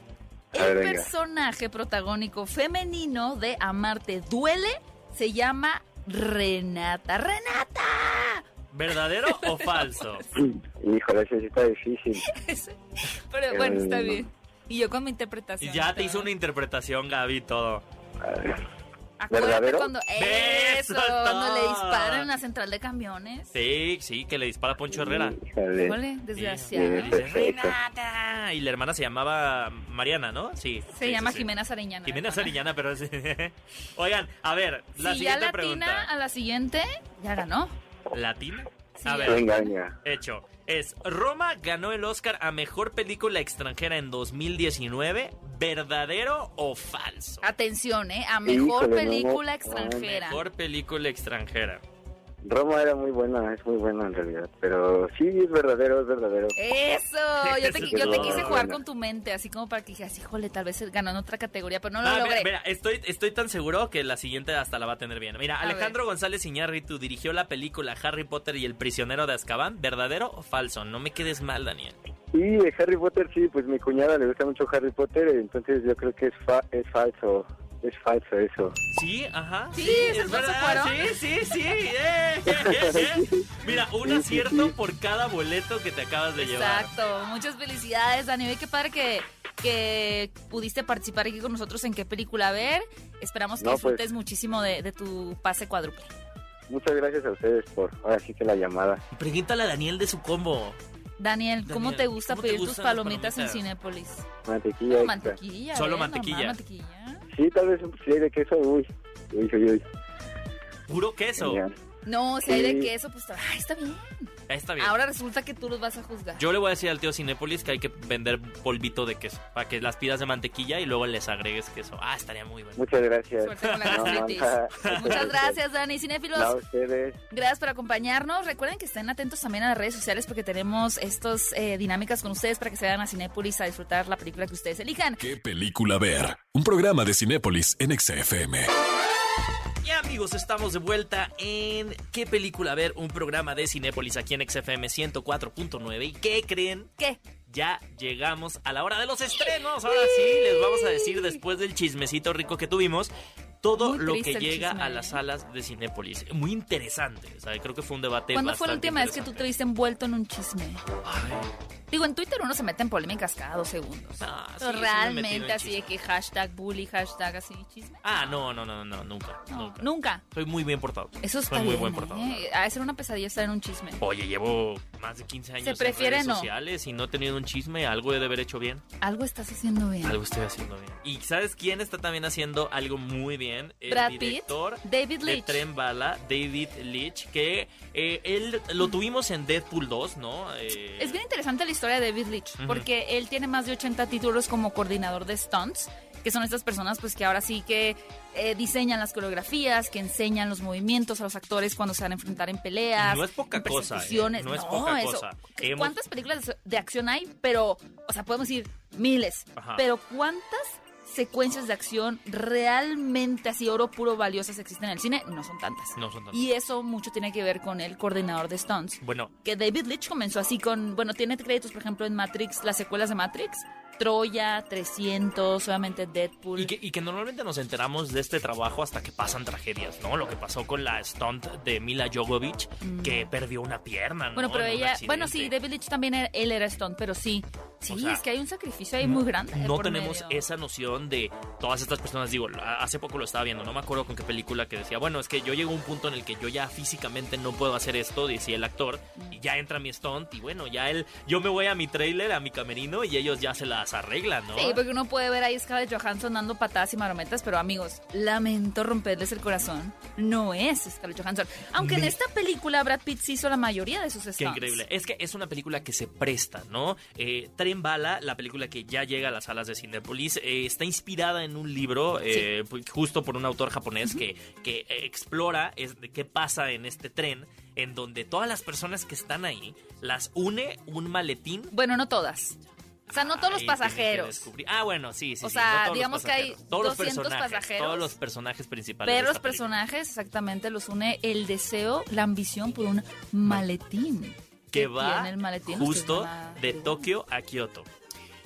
S4: A ver,
S3: El
S4: venga.
S3: personaje protagónico femenino de Amarte Duele se llama Renata. ¡Renata!
S2: ¿Verdadero o falso?
S4: Híjole, eso sí está difícil.
S3: Pero bueno, está
S4: Eh,
S3: bien.
S5: Y yo con mi interpretación.
S2: Ya te
S5: todo.
S2: hizo una interpretación, Gaby, todo.
S4: Ay,
S3: Acuérdate
S4: ¿Verdadero?
S3: cuando.
S2: Eso
S3: Eso,
S2: es
S3: cuando le
S2: todo.
S3: disparan en la central de camiones.
S2: Sí, sí, que le dispara a Poncho Herrera.
S4: híjole.
S3: Híjole,
S4: Sí,
S3: desgraciado.
S2: Dice,
S4: perfecto.
S2: "Renata". Y la hermana se llamaba Mariana, ¿no? Sí.
S3: Se
S2: sí,
S3: llama
S2: sí, sí.
S3: Jimena Sariñana.
S2: Jimena
S3: hermana.
S2: Sariñana, pero sí. Oigan, a ver, la
S3: si ya
S2: siguiente
S3: latina
S2: pregunta.
S3: a la siguiente, ya ganó.
S2: ¿Latina?
S3: Sí,
S2: A
S3: ya.
S4: Qué
S2: ver,
S4: engaña.
S2: hecho. Es Roma ganó el Oscar a mejor película extranjera en 2019, ¿verdadero o falso?
S3: Atención, ¿eh? A mejor
S4: Híjole, no,
S3: película
S4: no,
S3: extranjera.
S2: Mejor película extranjera.
S4: Roma era muy buena, es muy buena en realidad. Pero sí, es verdadero, es verdadero.
S3: Eh. Eso, yo
S2: Eso
S3: te, yo te
S4: estuvo
S3: quise
S4: buena.
S3: jugar con tu mente, así como para que dijeras, híjole, tal vez ganó en otra categoría, pero no lo
S2: Ah, mira,
S3: logré.
S2: mira, estoy, estoy tan seguro que la siguiente hasta la va a tener bien. Mira,
S3: ver.
S2: Alejandro González Iñárritu dirigió la película Harry Potter y el prisionero de Azkaban, ¿verdadero o falso? No me quedes mal, Daniel.
S4: Y de Harry Potter, sí, pues mi cuñada le gusta mucho Harry Potter, entonces yo creo que es, fa- es falso. Es falso eso.
S2: Sí, ajá.
S3: Sí, es el falso Cuarón.
S2: Sí, sí, sí. eh, eh, eh, eh. Mira, un acierto por cada boleto que te acabas de llevar.
S3: Exacto, muchas felicidades, Dani. Oye, Qué padre que, que pudiste participar aquí con nosotros en qué película ver. Esperamos que
S4: No, pues.
S3: disfrutes muchísimo de, de tu pase cuádruple.
S4: Muchas gracias a ustedes por ahora sí que la llamada.
S2: Pregúntale a Daniel de su combo.
S3: Daniel, ¿cómo
S2: Daniel,
S3: te gusta
S2: ¿cómo te
S3: pedir tus
S2: gustan las
S3: palomitas, en
S2: palomitas?
S3: Cinépolis?
S4: Mantequilla. extra.
S3: Mantequilla.
S2: Solo
S3: ¿eh? Nomás
S2: mantequilla.
S3: mantequilla.
S4: Sí, tal vez un filete de queso, uy. Uy, uy, uy.
S2: Puro queso.
S4: Genial.
S3: No, si hay de
S4: Sí.
S3: queso, pues ay, está bien.
S2: Ahí Está bien.
S3: Ahora resulta que tú los vas a juzgar.
S2: Yo le voy a decir al tío Cinépolis que hay que vender polvito de queso para que las pidas de mantequilla y luego les agregues queso. Ah, estaría muy bueno.
S4: Muchas gracias.
S3: Suerte con la
S4: No,
S3: gastritis.
S4: ajá.
S3: Muchas gracias, Dani. Cinéfilos,
S4: No, a ustedes.
S3: gracias por acompañarnos. Recuerden que estén atentos también a las redes sociales porque tenemos estas eh, dinámicas con ustedes para que se vayan a Cinépolis a disfrutar la película que ustedes elijan.
S1: ¿Qué película ver? Un programa de Cinépolis en XFM.
S2: Y amigos, estamos de vuelta en ¿Qué película ver? Un programa de Cinépolis aquí en XFM 104.9. ¿Y qué creen?
S3: ¿Qué?
S2: Ya llegamos a la hora de los estrenos. Ahora sí, les vamos a decir después del chismecito rico que tuvimos. Todo
S3: Muy
S2: lo
S3: triste
S2: que
S3: el
S2: llega
S3: chisme,
S2: a
S3: ¿eh?
S2: las salas de Cinépolis. Muy interesante. O sea, creo que fue un debate.
S3: ¿Cuándo fue la
S2: bastante
S3: última vez que tú te
S2: interesante.
S3: viste envuelto en un chisme? Digo, en Twitter uno se mete en polémicas cada dos segundos.
S2: Ah, sí, sí me
S3: Pero
S2: he metido
S3: realmente
S2: en
S3: así de
S2: chisme.
S3: que hashtag bully, hashtag así, chisme.
S2: Ah, no, no, no, no, nunca.
S3: No,
S2: nunca.
S3: nunca.
S2: Soy muy bien portado.
S3: Eso está
S2: Soy muy
S3: bien,
S2: buen portado.
S3: ¿eh? Ha de ser una pesadilla estar en un chisme.
S2: Oye, llevo más de 15 años
S3: prefiere
S2: en redes
S3: no.
S2: sociales y no he tenido un chisme. Algo he de haber hecho bien.
S3: Algo estás haciendo bien.
S2: Algo estoy haciendo bien. ¿Y sabes quién está también haciendo algo muy bien? El
S3: Brad Pitt,
S2: director
S3: David
S2: de
S3: Leitch.
S2: Tren Bala, David Leitch, que eh, él lo tuvimos en Deadpool 2, ¿no? Eh,
S3: Es bien interesante la historia de David Leitch,
S2: Ujú.
S3: porque él tiene más de 80 títulos como coordinador de stunts, que son estas personas pues que ahora sí que eh, diseñan las coreografías, que enseñan los movimientos a los actores cuando se van a enfrentar en peleas.
S2: No es poca
S3: en
S2: cosa, eh,
S3: persecuciones.
S2: no es poca
S3: eso-
S2: cosa. Hemos-
S3: ¿Cuántas películas de- de acción hay? Pero, o sea, podemos decir miles,
S2: Ajá.
S3: pero ¿cuántas secuencias de acción realmente así oro puro valiosas existen en el cine? No son tantas.
S2: No son tantas.
S3: Y eso mucho tiene que ver con el coordinador de stunts
S2: Bueno,
S3: que David Leitch comenzó así con, bueno, tiene créditos, por ejemplo, en Matrix, las secuelas de Matrix, Troya, 300, obviamente Deadpool.
S2: y que, y que normalmente nos enteramos de este trabajo hasta que pasan tragedias, ¿no? Lo que pasó con la stunt de Mila Jovovich, que perdió una pierna, ¿no?
S3: mm. bueno, pero
S2: En un
S3: ella,
S2: accidente.
S3: bueno, sí, David Leitch también era, él era Stone, pero sí, sí,
S2: O sea,
S3: es que hay un sacrificio ahí muy grande. de
S2: No
S3: por
S2: tenemos
S3: medio.
S2: esa noción de todas estas personas. Digo, a- hace poco lo estaba viendo, no me acuerdo con qué película que decía, bueno, es que yo llego a un punto en el que yo ya físicamente no puedo hacer esto, decía el actor, y ya entra mi stunt, y bueno, ya él, yo me voy a mi trailer, a mi camerino, y ellos ya se las arreglan, ¿no?
S3: Sí, porque uno puede ver ahí Scarlett Johansson dando patadas y marometas, pero amigos, lamento romperles el corazón. No es Scarlett Johansson. Aunque en
S2: Me-
S3: esta película Brad Pitt sí hizo la mayoría de sus stunts.
S2: Qué increíble. Es que es una película que se presta, ¿no? Eh, Tren Bala, la película que ya llega a las salas de Cinepolis, eh, está inspirada en un libro eh, pu- justo por un autor japonés que, que eh, explora es- de qué pasa en este tren, en donde todas las personas que están ahí las une un maletín.
S3: Bueno, no todas. O sea, no todos los
S2: Ahí tienen que
S3: pasajeros.
S2: descubrir- Ah, bueno, sí, sí.
S3: O
S2: sí,
S3: sea,
S2: no todos los
S3: digamos que hay
S2: pasajeros. todos los
S3: 200
S2: personajes,
S3: pasajeros,
S2: Todos los personajes principales.
S3: Pero
S2: de
S3: los
S2: esta película.
S3: personajes exactamente los une el deseo, la ambición por un maletín.
S2: Que
S3: ¿Qué
S2: va
S3: tiene el maletín?
S2: justo
S3: Ustedes van a-
S2: de Tokio a Kioto.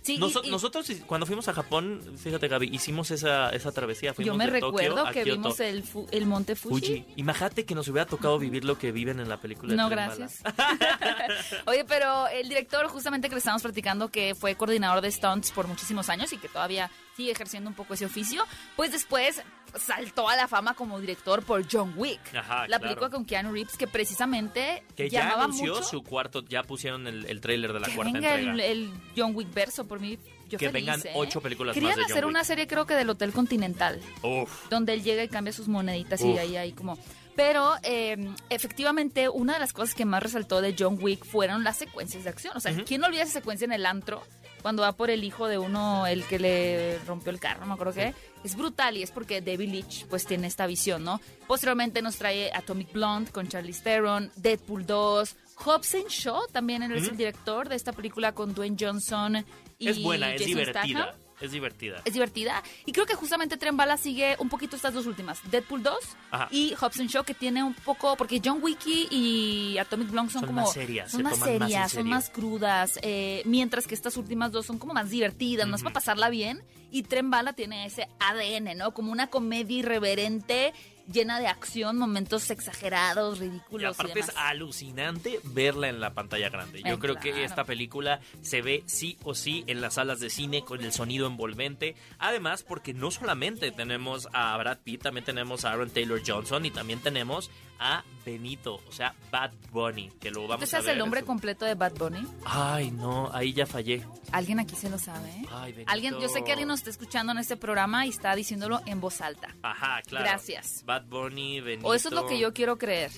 S3: Sí, y-
S2: Noso-
S3: y-
S2: Nosotros cuando fuimos a Japón, fíjate Gaby, hicimos esa, esa travesía. Fuimos
S3: yo me
S2: de
S3: recuerdo
S2: Tokio a
S3: que
S2: Kioto.
S3: vimos el, fu- el monte Fuji.
S2: Fuji. Imagínate que nos hubiera tocado vivir lo que viven en la película. de
S3: No,
S2: Tren Bala.
S3: gracias. Oye, pero el director, justamente que le estábamos platicando, que fue coordinador de stunts por muchísimos años y que todavía sigue ejerciendo un poco ese oficio, pues después saltó a la fama como director por John Wick.
S2: Ajá,
S3: la
S2: claro.
S3: película con Keanu Reeves, que precisamente
S2: Que ya
S3: llamaba
S2: anunció
S3: mucho
S2: su cuarto, ya pusieron el, el tráiler de la
S3: que
S2: cuarta
S3: venga
S2: entrega.
S3: el, el John Wick verso por mí. Yo
S2: Que
S3: feliz,
S2: vengan
S3: ¿eh?
S2: ocho películas
S3: Querían
S2: más de John
S3: hacer una
S2: Wick.
S3: serie, creo que del Hotel Continental
S2: Uf.
S3: donde él llega y cambia sus moneditas y
S2: Uf.
S3: ahí hay como... Pero eh, efectivamente una de las cosas que más resaltó de John Wick fueron las secuencias de acción. O sea, ¿quién no olvida esa secuencia en el antro? Cuando va por el hijo de uno, el que le rompió el carro, no me acuerdo qué. Es brutal y es porque David Leitch pues tiene esta visión, ¿no? Posteriormente nos trae Atomic Blonde con Charlize Theron, Deadpool 2, Hobson Shaw también él es el director de esta película con Dwayne Johnson y
S2: Es buena, es
S3: Jason
S2: divertida.
S3: Statham
S2: Es divertida.
S3: es divertida. Y creo que justamente Tren Bala sigue un poquito estas dos últimas: Deadpool 2
S2: Ajá.
S3: y Hobson Show, que tiene un poco. Porque John Wiki y Atomic Blonde son,
S2: Son
S3: como.
S2: más serias,
S3: Son
S2: se
S3: más
S2: toman más en
S3: serias, son
S2: serio.
S3: más crudas. eh, mientras que estas últimas dos son como más divertidas, más para pasarla bien. Y Tren Bala tiene ese ADN, ¿no? Como una comedia irreverente, llena de acción, momentos exagerados,
S2: Y
S3: ridículos. Y
S2: aparte es
S3: demás.
S2: alucinante verla en la pantalla grande. Yo
S3: Eh,
S2: creo que
S3: claro.
S2: esta película se ve sí o sí en las salas de cine con el sonido envolvente. Además, porque no solamente tenemos a Brad Pitt, también tenemos a Aaron Taylor Johnson y también tenemos a Benito, o sea, Bad Bunny, que lo vamos
S3: ¿Tú
S2: a
S3: sabes
S2: ver.
S3: el nombre
S2: en su-
S3: completo de Bad Bunny?
S2: Ay, no, ahí ya fallé.
S3: Alguien aquí se lo sabe. ¿eh?
S2: Ay, Benito.
S3: Alguien, yo sé que alguien nos está escuchando en este programa y está diciéndolo en voz alta.
S2: Ajá, claro.
S3: Gracias.
S2: Bad Bunny, Benito.
S3: O eso es lo que yo quiero creer.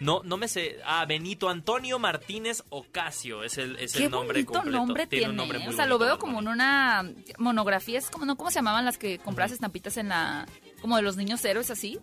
S2: No, no me sé. Ah, Benito Antonio Martínez Ocasio es el, es
S3: Qué
S2: el nombre
S3: bonito
S2: completo.
S3: nombre tiene.
S2: un nombre
S3: ¿eh?
S2: muy
S3: o sea, lo
S2: bonito,
S3: veo
S2: Bad
S3: como
S2: Bunny.
S3: en una monografía. Es como, ¿no? ¿Cómo se llamaban las que comprabas estampitas en la... Como de los niños héroes, así.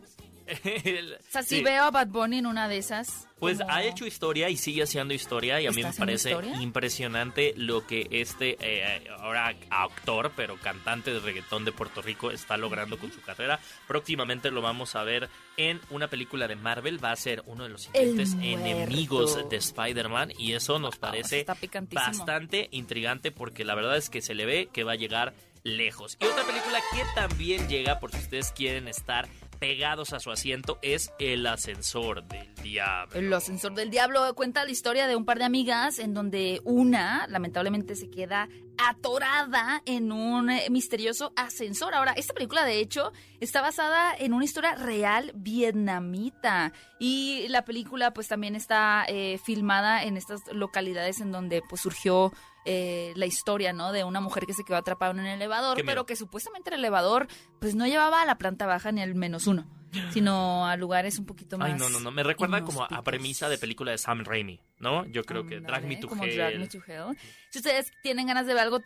S2: El-
S3: O sea, sí,
S2: sí.
S3: veo a Bad Bunny en una de esas.
S2: Pues
S3: como-
S2: ha hecho historia y sigue haciendo historia y a mí
S3: ¿Está
S2: me
S3: haciendo
S2: parece
S3: historia?
S2: impresionante lo que este eh, ahora actor pero cantante de reggaetón de Puerto Rico está logrando con su carrera. Próximamente lo vamos a ver en una película de Marvel. Va a ser uno de los
S3: El
S2: siguientes enemigos
S3: muerto.
S2: de Spider-Man y eso nos
S3: Wow, eso
S2: parece
S3: está picantísimo.
S2: bastante intrigante porque la verdad es que se le ve que va a llegar lejos. Y otra película que también llega por si ustedes quieren estar pegados a su asiento es El ascensor del diablo.
S3: El ascensor del diablo cuenta la historia de un par de amigas en donde una lamentablemente se queda atorada en un eh, misterioso ascensor. Ahora, esta película de hecho está basada en una historia real vietnamita y la película pues también está eh, filmada en estas localidades en donde pues surgió eh, la historia, ¿no? De una mujer que se quedó atrapada en un elevador,
S2: Qué miedo.
S3: pero que supuestamente el elevador pues no llevaba a la planta baja ni al menos uno, sino a lugares un poquito más...
S2: Ay, no, no, no. Me recuerda como a- a
S3: inhóspitos.
S2: premisa de película de Sam Raimi, ¿no? Yo creo que Drag Me
S3: Ándale,
S2: to
S3: Ah, eh, como
S2: Hell.
S3: Drag Me to Hell. Si ustedes tienen ganas de ver algo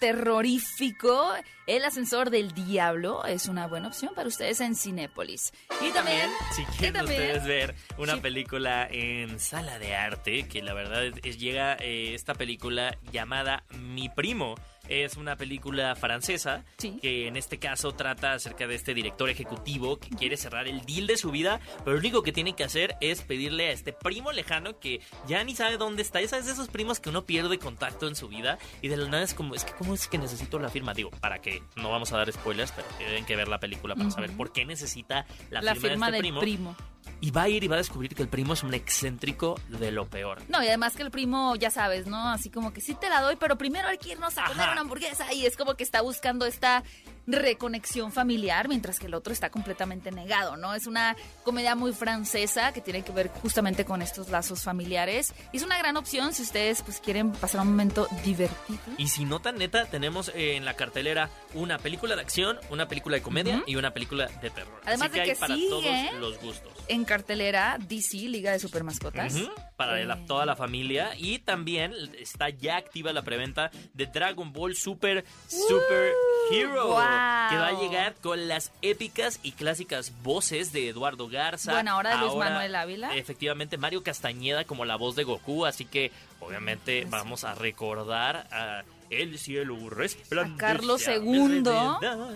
S3: terrorífico, El Ascensor del Diablo es una buena opción para ustedes en Cinépolis. Y también,
S2: Si
S3: y
S2: quieren
S3: también-
S2: ustedes ver una
S3: Sí.
S2: película en sala de arte, que la verdad es- es- llega eh, esta película llamada Mi Primo. Es una película francesa
S3: Sí.
S2: que en este caso trata acerca de este director ejecutivo que quiere cerrar el deal de su vida, pero lo único que tiene que hacer es pedirle a este primo lejano que ya ni sabe dónde está. Ya sabes de esos primos que uno pierde contacto en su vida y de la nada es como, es que cómo es que necesito la firma. Digo, para que no vamos a dar spoilers, pero tienen que ver la película para saber
S3: Ujú.
S2: por qué necesita la,
S3: la,
S2: firma, de este
S3: del
S2: primo,
S3: primo.
S2: Y va a ir y va a descubrir que el primo es un excéntrico de lo peor.
S3: No, y además que el primo, ya sabes, ¿no? Así como que sí te la doy, pero primero hay que irnos a comer
S2: Ajá.
S3: una hamburguesa. Y es como que está buscando esta reconexión familiar, mientras que el otro está completamente negado, ¿no? Es una comedia muy francesa que tiene que ver justamente con estos lazos familiares. Y es una gran opción si ustedes pues quieren pasar un momento divertido.
S2: Y si no tan neta, tenemos eh, en la cartelera una película de acción, una película de comedia
S3: Ujú.
S2: y una película de terror.
S3: Además
S2: Así que
S3: de que
S2: hay para
S3: sigue. ¿eh?
S2: todos los gustos.
S3: En cartelera DC, Liga de Supermascotas.
S2: Ujú, para la-
S3: Eh,
S2: toda la familia. Y también está ya activa la preventa de Dragon Ball Super Super Hero.
S3: ¡Guau!
S2: Que va a llegar con las épicas y clásicas voces de Eduardo Garza.
S3: Bueno, ahora de Luis Manuel Ávila.
S2: Efectivamente, Mario Castañeda como la voz de Goku. Así que obviamente
S3: Pues sí.
S2: vamos a recordar a El cielo resplandece.
S3: A Carlos
S2: de
S3: II.
S2: verdad.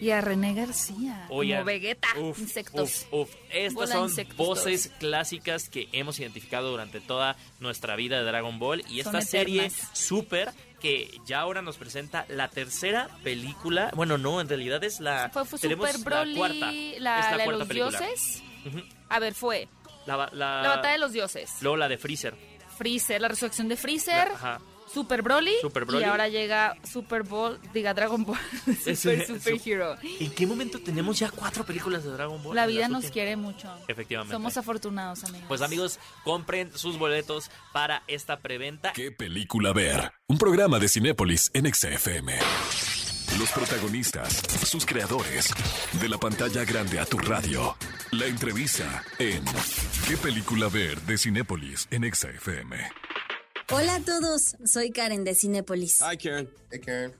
S3: Y a René García.
S2: Oigan,
S3: como Vegeta.
S2: uf,
S3: insectos.
S2: uf, uf. Estas
S3: Bola de
S2: son
S3: insectos
S2: voces clásicas que hemos identificado durante toda nuestra vida de Dragon Ball. Y
S3: Son
S2: esta serie
S3: eternas.
S2: súper que ya ahora nos presenta la tercera película. Bueno, no, en realidad es la.
S3: Fue, fue
S2: tenemos
S3: Super Broly,
S2: la cuarta.
S3: la,
S2: es
S3: la de
S2: cuarta
S3: los
S2: película.
S3: dioses.
S2: Ujú.
S3: A ver, fue
S2: La, ba- la-
S3: la batalla de los dioses.
S2: Luego la de Freezer.
S3: Freezer, la resurrección de Freezer.
S2: La- ajá.
S3: Super Broly,
S2: Super
S3: Y
S2: Broly.
S3: ahora llega Super Ball, diga Dragon Ball. Super
S2: Ese-
S3: Super Hero.
S2: ¿En qué momento tenemos ya cuatro películas de Dragon Ball?
S3: La
S2: en
S3: vida
S2: las
S3: nos
S2: últimas?
S3: quiere mucho.
S2: Efectivamente.
S3: Somos afortunados, amigos.
S2: Pues amigos, compren sus boletos para esta preventa.
S1: ¿Qué película ver? Un programa de Cinépolis en XFM. Los protagonistas, sus creadores, de la pantalla grande a tu radio. La entrevista en ¿Qué película ver? de Cinépolis en XFM.
S5: Hola a todos, soy Karen de Cinépolis.
S6: Hi, Karen.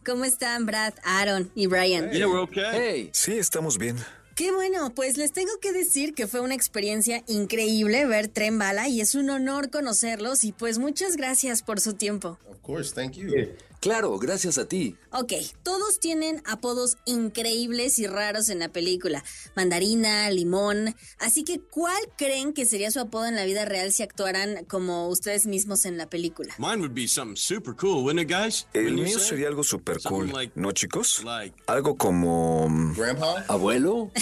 S5: ¿Cómo están Brad, Aaron y Brian?
S6: Yeah, we're okay. Hey.
S7: Sí, estamos bien.
S5: Qué bueno, pues les tengo que decir que fue una experiencia increíble ver Tren Bala y es un honor conocerlos y pues muchas gracias por su tiempo.
S8: Of course, thank you.
S6: Claro, gracias a ti.
S5: Ok, todos tienen apodos increíbles y raros en la película. Mandarina, limón. Así que, ¿cuál creen que sería su apodo en la vida real si actuaran como ustedes mismos en la película?
S6: Mine would be something super cool, wouldn't it, guys?
S7: El
S6: Wouldn't you
S7: mío
S6: say?
S7: sería algo super cool,
S6: Something like-
S7: ¿no, chicos?
S6: Like,
S7: Algo como. mm,
S8: Grandpa?
S9: ¿Abuelo?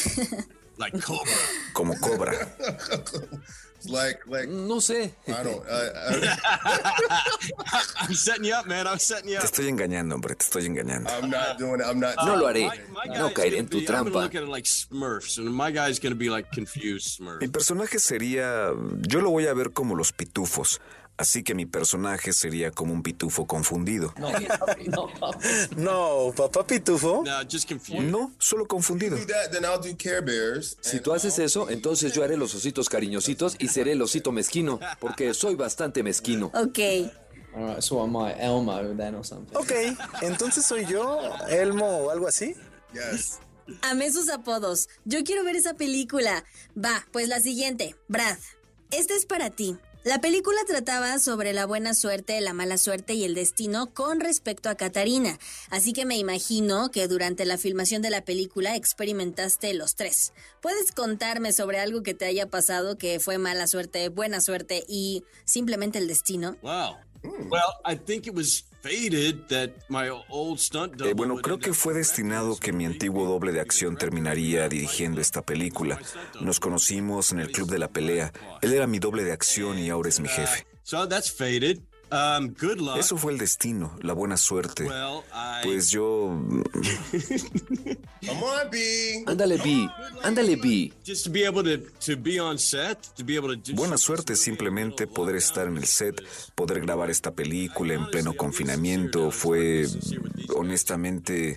S6: like Cobra.
S7: como cobra.
S8: like, like,
S9: No sé.
S8: I don't, I,
S6: I'm setting you up, man. I'm setting you
S7: Te
S6: up.
S7: estoy engañando, hombre, te estoy engañando.
S8: I, I'm not doing it. I'm not
S9: Ah, No
S8: doing
S9: lo
S8: it.
S9: haré.
S6: guy
S9: No
S6: is
S9: caeré
S6: gonna
S9: en tu
S6: be- I'm gonna
S9: trampa.
S6: look at it like Smurfs, and my guy's gonna be like confused
S7: Mi
S6: Smurf.
S7: personaje sería. Yo lo voy a ver como los pitufos. Así que mi personaje sería como un pitufo confundido.
S9: No, no,
S7: No, papá pitufo.
S6: No, just confused.
S7: No, solo confundido.
S8: If you do that, then I'll do Care Bears.
S9: Si
S8: and
S9: tú haces
S8: I'll
S9: eso,
S8: be-
S9: entonces yo haré los ositos cariñositos y seré el osito mezquino, porque soy bastante mezquino.
S5: Ok,
S7: Ok, entonces soy yo, Elmo o algo así.
S8: Yes.
S5: amé sus apodos. Yo quiero ver esa película. Va, pues la siguiente. Brad, esta es para ti. La película trataba sobre la buena suerte, la mala suerte y el destino con respecto a Catarina. Así que me imagino que durante la filmación de la película experimentaste los tres. ¿Puedes contarme sobre algo que te haya pasado que fue mala suerte, buena suerte y simplemente el destino?
S6: Wow.
S7: Hmm.
S6: Well, I think it was fated that my old stunt double.
S7: Eh, bueno,
S6: would
S7: creo
S6: end
S7: que
S6: up
S7: fue
S6: directing
S7: destinado
S6: this
S7: que mi
S6: movie.
S7: antiguo doble de acción terminaría dirigiendo esta película. Nos conocimos en el club de la pelea. Él era mi doble de acción y ahora es mi jefe.
S6: Uh, So that's fated. Um, good luck.
S7: Eso fue el destino, la buena suerte.
S6: Well, I.
S7: Pues yo...
S8: Come on, B.
S9: Ándale, B. Ándale, B.
S6: Just to be able to, to be on set, to be able to do
S7: Buena suerte simplemente poder estar en el set, poder grabar esta película en pleno confinamiento fue honestamente...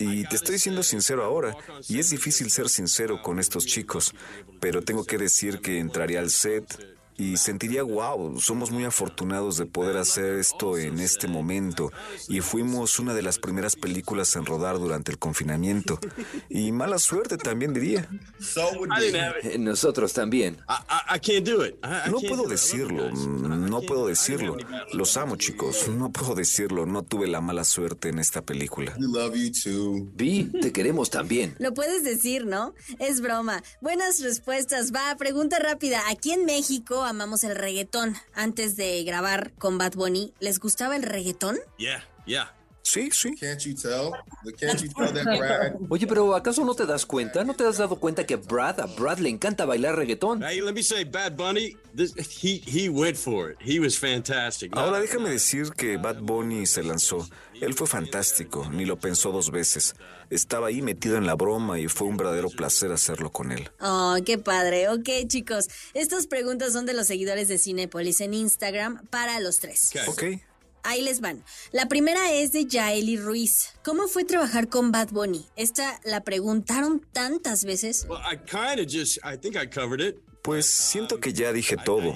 S7: Y te estoy siendo sincero ahora, y es difícil ser sincero con estos chicos, pero tengo que decir que entraría al set y sentiría, wow, somos muy afortunados de poder hacer esto en este momento. Y fuimos una de las primeras películas en rodar durante el confinamiento. Y mala suerte también diría.
S8: So would
S6: I
S8: be.
S6: didn't have it.
S9: Eh, Nosotros también.
S6: I, I, I can't do it. I, I
S7: No
S6: can't do it.
S7: puedo
S6: I love you
S7: decirlo,
S6: guys.
S7: mm, no puedo decirlo.
S6: I can't-
S7: Los amo, chicos. No puedo decirlo, no tuve la mala suerte en esta película.
S8: We love you too.
S9: B, te queremos también.
S5: Lo puedes decir, ¿no? Es broma. Buenas respuestas. Va, pregunta rápida. Aquí en México amamos el reggaetón. Antes de grabar con Bad Bunny, ¿les gustaba el reggaetón?
S6: Yeah, yeah.
S7: Sí, sí.
S8: Can't you tell? Can't you tell that Brad?
S9: Oye, pero ¿acaso no te das cuenta? ¿No te has dado cuenta que Brad, a Brad le encanta bailar reggaetón?
S6: Hey, let me say, Bad Bunny, this, he he went for it. He was fantastic. No,
S7: Ahora déjame decir que Bad Bunny se lanzó. Él fue fantástico, ni lo pensó dos veces. Estaba ahí metido en la broma y fue un verdadero placer hacerlo con él.
S5: Oh, qué padre. Ok, chicos. Estas preguntas son de los seguidores de Cinepolis en Instagram para los tres.
S7: Ok.
S5: Ahí les van. La primera es de Yaeli Ruiz. ¿Cómo fue trabajar con Bad Bunny? Esta la preguntaron tantas veces.
S6: Well, I kind of just, I think I covered it.
S7: Pues siento que ya dije todo,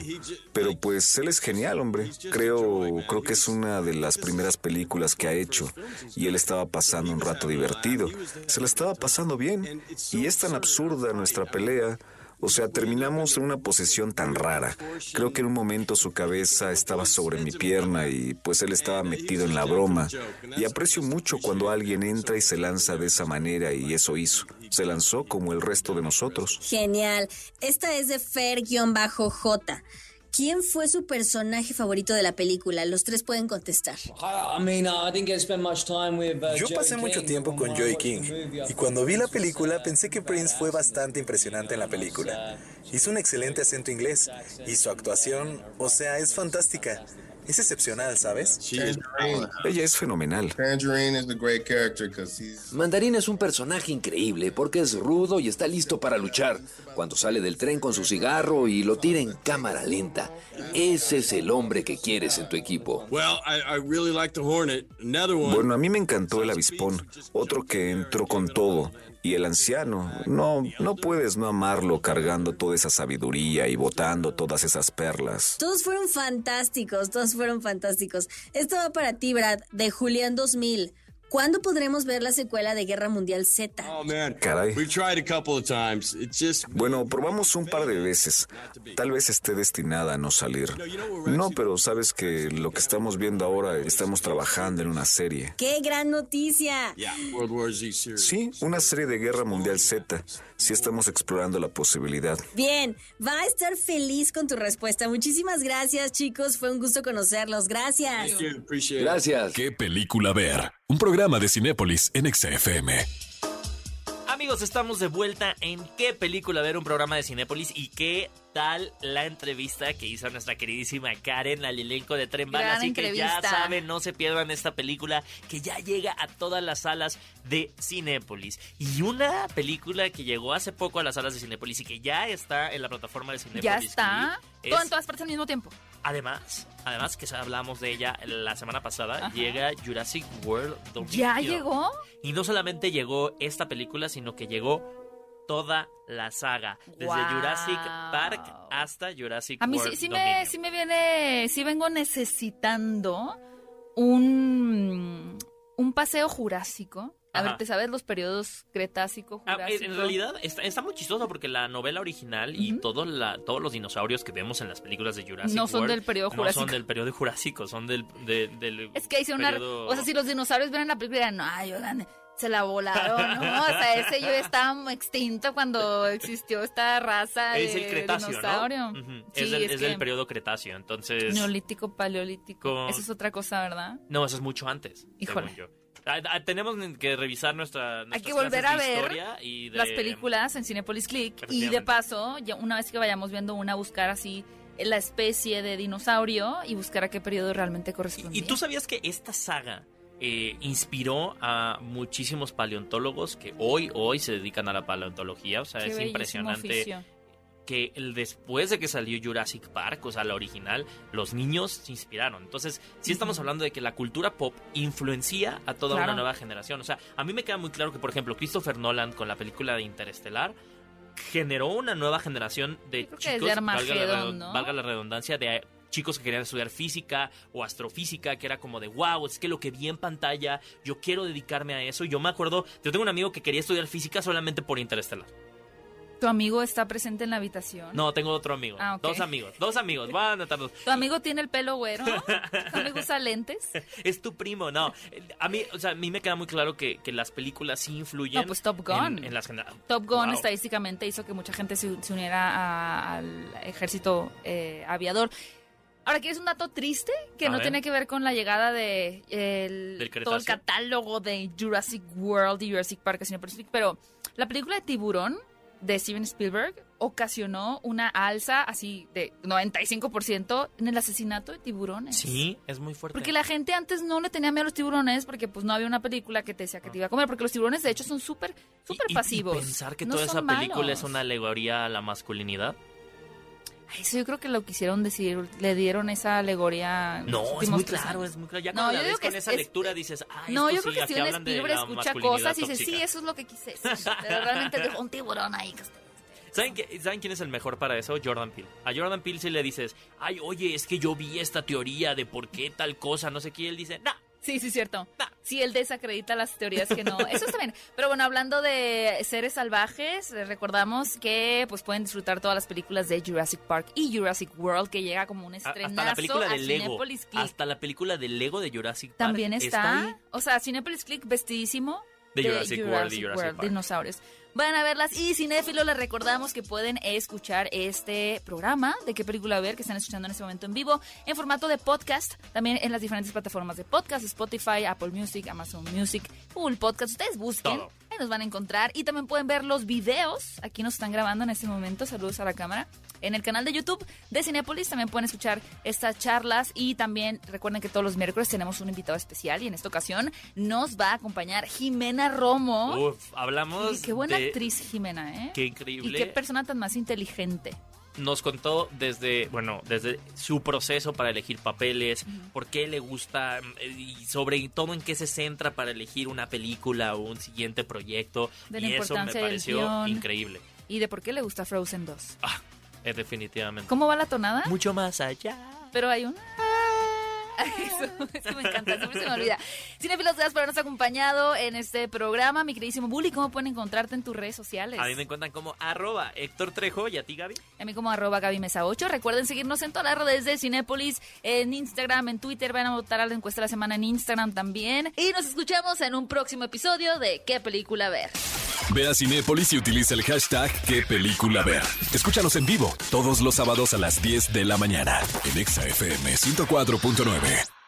S7: pero pues él es genial, hombre. Creo, creo que es una de las primeras películas que ha hecho y él estaba pasando un rato divertido. Se la estaba pasando bien y es tan absurda nuestra pelea. O sea, terminamos en una posición tan rara. Creo que en un momento su cabeza estaba sobre mi pierna y pues él estaba metido en la broma. Y aprecio mucho cuando alguien entra y se lanza de esa manera y eso hizo. Se lanzó como el resto de nosotros.
S5: Genial. Esta es de Fer-J. ¿Quién fue su personaje favorito de la película? Los tres pueden contestar.
S10: Yo pasé mucho tiempo con Joey King y cuando vi la película pensé que Prince fue bastante impresionante en la película. Hizo un excelente acento inglés y su actuación, o sea, es fantástica. Es excepcional, ¿sabes?
S8: Tangerine,
S7: Ella es fenomenal.
S8: Tangerine is the great character because he's
S9: Mandarín es un personaje increíble porque es rudo y está listo para luchar. Cuando sale del tren con su cigarro y lo tira en cámara lenta. Ese es el hombre que quieres en tu equipo.
S6: Well, I, I really like the Hornet. Another one.
S7: Bueno, a mí me encantó el avispón, otro que entró con todo, y el anciano. No, no puedes no amarlo cargando toda esa sabiduría y botando todas esas perlas.
S5: Todos fueron fantásticos, todos fueron fantásticos. Esto va para ti, Brad, de Julián 2000. ¿Cuándo podremos ver la secuela de Guerra Mundial Z?
S6: Oh man,
S7: Caray.
S6: we've tried a couple of times. It just
S7: Bueno, probamos un par de veces. Tal vez esté destinada a no salir. No, pero sabes que lo que estamos viendo ahora, estamos trabajando en una serie.
S5: ¡Qué gran noticia!
S6: yeah, World War Z series.
S7: Sí, una serie de Guerra Mundial Z. Sí estamos explorando la posibilidad.
S5: Bien, va a estar feliz con tu respuesta. Muchísimas gracias, chicos. Fue un gusto conocerlos. Gracias.
S6: Thank you, appreciate it.
S9: Gracias.
S1: ¿Qué película ver? Un programa de Cinépolis en XFM.
S2: Amigos, estamos de vuelta en qué película ver un programa de Cinépolis y qué tal la entrevista que hizo nuestra queridísima Karen al elenco de Tren Bala.
S3: Gran
S2: Así que ya
S3: entrevista.
S2: saben, no se pierdan esta película que ya llega a todas las salas de Cinépolis. Y una película que llegó hace poco a las salas de Cinépolis y que ya está en la plataforma de Cinépolis.
S3: Ya está.
S2: Click
S3: Todo
S2: es-
S3: en todas partes al mismo tiempo.
S2: Además, además que hablamos de ella la semana pasada,
S3: Ajá.
S2: llega Jurassic World Dominion.
S3: ¿Ya llegó?
S2: Y no solamente llegó esta película, sino que llegó toda la saga. Desde
S3: Guau.
S2: Jurassic Park hasta Jurassic
S3: A mí
S2: World.
S3: sí, sí me,
S2: Dominion.
S3: sí me viene, sí vengo necesitando un, un paseo jurásico. A
S2: Ajá.
S3: ver, ¿te sabes los periodos cretácico,
S2: Ah,
S3: jurásico?
S2: en en realidad está, está muy chistoso porque la novela original y todo la- todos los dinosaurios que vemos en las películas de Jurassic
S3: No son
S2: World
S3: del periodo
S2: no son
S3: jurásico.
S2: del periodo jurásico, son del, de- del
S3: Es que hice una...
S2: periodo-
S3: O sea, si los dinosaurios vieran la película, dirían, ay, oigan, se la volaron, ¿no? O sea, ese yo estaba extinto cuando existió esta raza
S2: es
S3: de
S2: el Cretáceo, ¿no?
S3: dinosaurio.
S2: Mm. Ujú.
S3: Sí,
S2: es del,
S3: es
S2: es del
S3: que-
S2: periodo Cretáceo, entonces...
S3: Neolítico, paleolítico.
S2: Con-
S3: Eso es otra cosa, ¿verdad?
S2: No, eso es mucho antes.
S3: Híjole.
S2: según yo. Ah, ah, tenemos que revisar nuestra. nuestras
S3: que volver
S2: clases
S3: a
S2: de
S3: ver
S2: historia y de-
S3: Las películas en Cinepolis Click. Y
S2: Efectivamente.
S3: de paso, ya una vez que vayamos viendo una, buscar así la especie de dinosaurio y buscar a qué periodo realmente corresponde.
S2: Y, y tú sabías que esta saga eh, inspiró a muchísimos paleontólogos que hoy, hoy se dedican a la paleontología. O sea, es impresionante que el después de que salió Jurassic Park, o sea, la original, los niños se inspiraron. Entonces, sí estamos
S3: Ujú.
S2: hablando de que la cultura pop influencia a toda
S3: Claro.
S2: una nueva generación. O sea, a mí me queda muy claro que, por ejemplo, Christopher Nolan con la película de Interestelar generó una nueva generación de
S3: Yo creo que
S2: chicos,
S3: desde
S2: valga la,
S3: Armagedón,
S2: redon-
S3: ¿no?
S2: valga la redundancia, de eh, chicos que querían estudiar física o astrofísica, que era como de, wow, es que lo que vi en pantalla, yo quiero dedicarme a eso. Yo me acuerdo, yo tengo un amigo que quería estudiar física solamente por Interestelar.
S3: ¿Tu amigo está presente en la habitación?
S2: No, tengo otro amigo.
S3: Ah, ok.
S2: Dos amigos, dos amigos. Voy a anotar dos.
S3: ¿Tu amigo tiene el pelo güero? ¿Tu amigo usa lentes?
S2: Es tu primo, no. A mí, o sea, a mí me queda muy claro que, que las películas sí influyen.
S3: No, pues Top Gun.
S2: En, en las genera-
S3: Top Gun
S2: Wow.
S3: estadísticamente hizo que mucha gente se, se uniera a- al ejército eh, aviador. Ahora, ¿quieres un dato triste? Que
S2: A
S3: no
S2: ver.
S3: tiene que ver con la llegada de el-
S2: Del
S3: todo el
S2: Cretáceo.
S3: catálogo de Jurassic World y Jurassic Park, sino por- pero la película de Tiburón de Steven Spielberg ocasionó una alza así de 95% en el asesinato de tiburones.
S2: Sí, es muy fuerte.
S3: Pues. Porque la gente antes no le tenía miedo a los tiburones porque pues no había una película que te decía que te iba a comer. Porque los tiburones de hecho son súper, súper
S2: Y- y-
S3: pasivos.
S2: Y, pensar que
S3: No
S2: toda
S3: son
S2: esa película
S3: malos.
S2: es una alegoría a la masculinidad.
S3: Ay, Eso yo creo que lo quisieron decir, le dieron esa alegoría. en los
S2: No, es
S3: últimos
S2: muy
S3: tres
S2: claro,
S3: años.
S2: es muy claro. Ya
S3: No,
S2: cuando
S3: yo
S2: la
S3: digo
S2: ves
S3: que
S2: con
S3: es-
S2: esa
S3: es-
S2: lectura dices, ah,
S3: No, yo
S2: esto sí,
S3: creo que
S2: aquí
S3: Steven
S2: hablan de
S3: Spielberg
S2: la
S3: escucha
S2: masculinidad
S3: cosas y dice,
S2: tóxica".
S3: sí, eso es lo que quise. decir". Pero realmente dejó un tiburón ahí. que está-
S2: ¿Saben, qué- ¿Saben quién es el mejor para eso? Jordan Peele. A Jordan Peele si le dices, ay, oye, es que yo vi esta teoría de por qué tal cosa, no sé qué, y él dice, no,
S3: Sí, sí, cierto.
S2: Nah.
S3: Sí, él desacredita las teorías que no. Eso está bien. Pero bueno, hablando de seres salvajes, les recordamos que pues pueden disfrutar todas las películas de Jurassic Park y Jurassic World, que llega como un
S2: A-
S3: estrenazo
S2: Ah, Hasta la película
S3: a
S2: de Lego.
S3: Cinépolis Click.
S2: Hasta la película de Lego de Jurassic Park.
S3: También está.
S2: ahí.
S3: o sea, Cinepolis Click vestidísimo
S2: De Jurassic World y Jurassic Park.
S3: Dinosaurios. Van a verlas. Y cinéfilo, les recordamos que pueden escuchar este programa de qué película ver que están escuchando en este momento en vivo en formato de podcast. También en las diferentes plataformas de podcast: Spotify, Apple Music, Amazon Music, Google Podcast. Ustedes busquen.
S2: Todo.
S3: Ahí nos van a encontrar. Y también pueden ver los videos. Aquí nos están grabando en este momento. Saludos a la cámara. En el canal de YouTube de Cinepolis también pueden escuchar estas charlas. Y también recuerden que todos los miércoles tenemos un invitado especial. Y en esta ocasión nos va a acompañar Jimena Romo.
S2: Uf, hablamos.
S3: Y qué buena
S2: de-
S3: actriz Jimena, ¿eh?
S2: Qué
S3: y
S2: increíble.
S3: qué persona tan más inteligente.
S2: nos contó desde, bueno, desde su proceso para elegir papeles, por qué le gusta eh, y sobre todo en qué se centra para elegir una película o un siguiente proyecto.
S3: De la
S2: y eso me
S3: importancia del
S2: pareció
S3: guión.
S2: increíble,
S3: Y de por qué le gusta Frozen 2.
S2: eh, definitivamente.
S3: ¿Cómo va la tonada?
S2: Mucho más allá.
S3: Pero hay una...
S2: Ah.
S3: Eso, es que me encanta, siempre se me olvida. Cinefilos, gracias por habernos acompañado en este programa. Mi queridísimo Bully, ¿cómo pueden encontrarte en tus redes sociales?
S2: A mí me encuentran como arroba Héctor Trejo y a ti, Gaby.
S3: A mí como arroba Gaby Mesa 8. Recuerden seguirnos en todas las redes de Cinépolis, en Instagram, en Twitter. Van a votar a la encuesta de la semana en Instagram también. Y nos escuchamos en un próximo episodio de ¿Qué película ver?
S1: Ve a Cinépolis y utiliza el hashtag qué película ver. Escúchanos en vivo todos los sábados a las 10 de la mañana en Exa FM 104.9.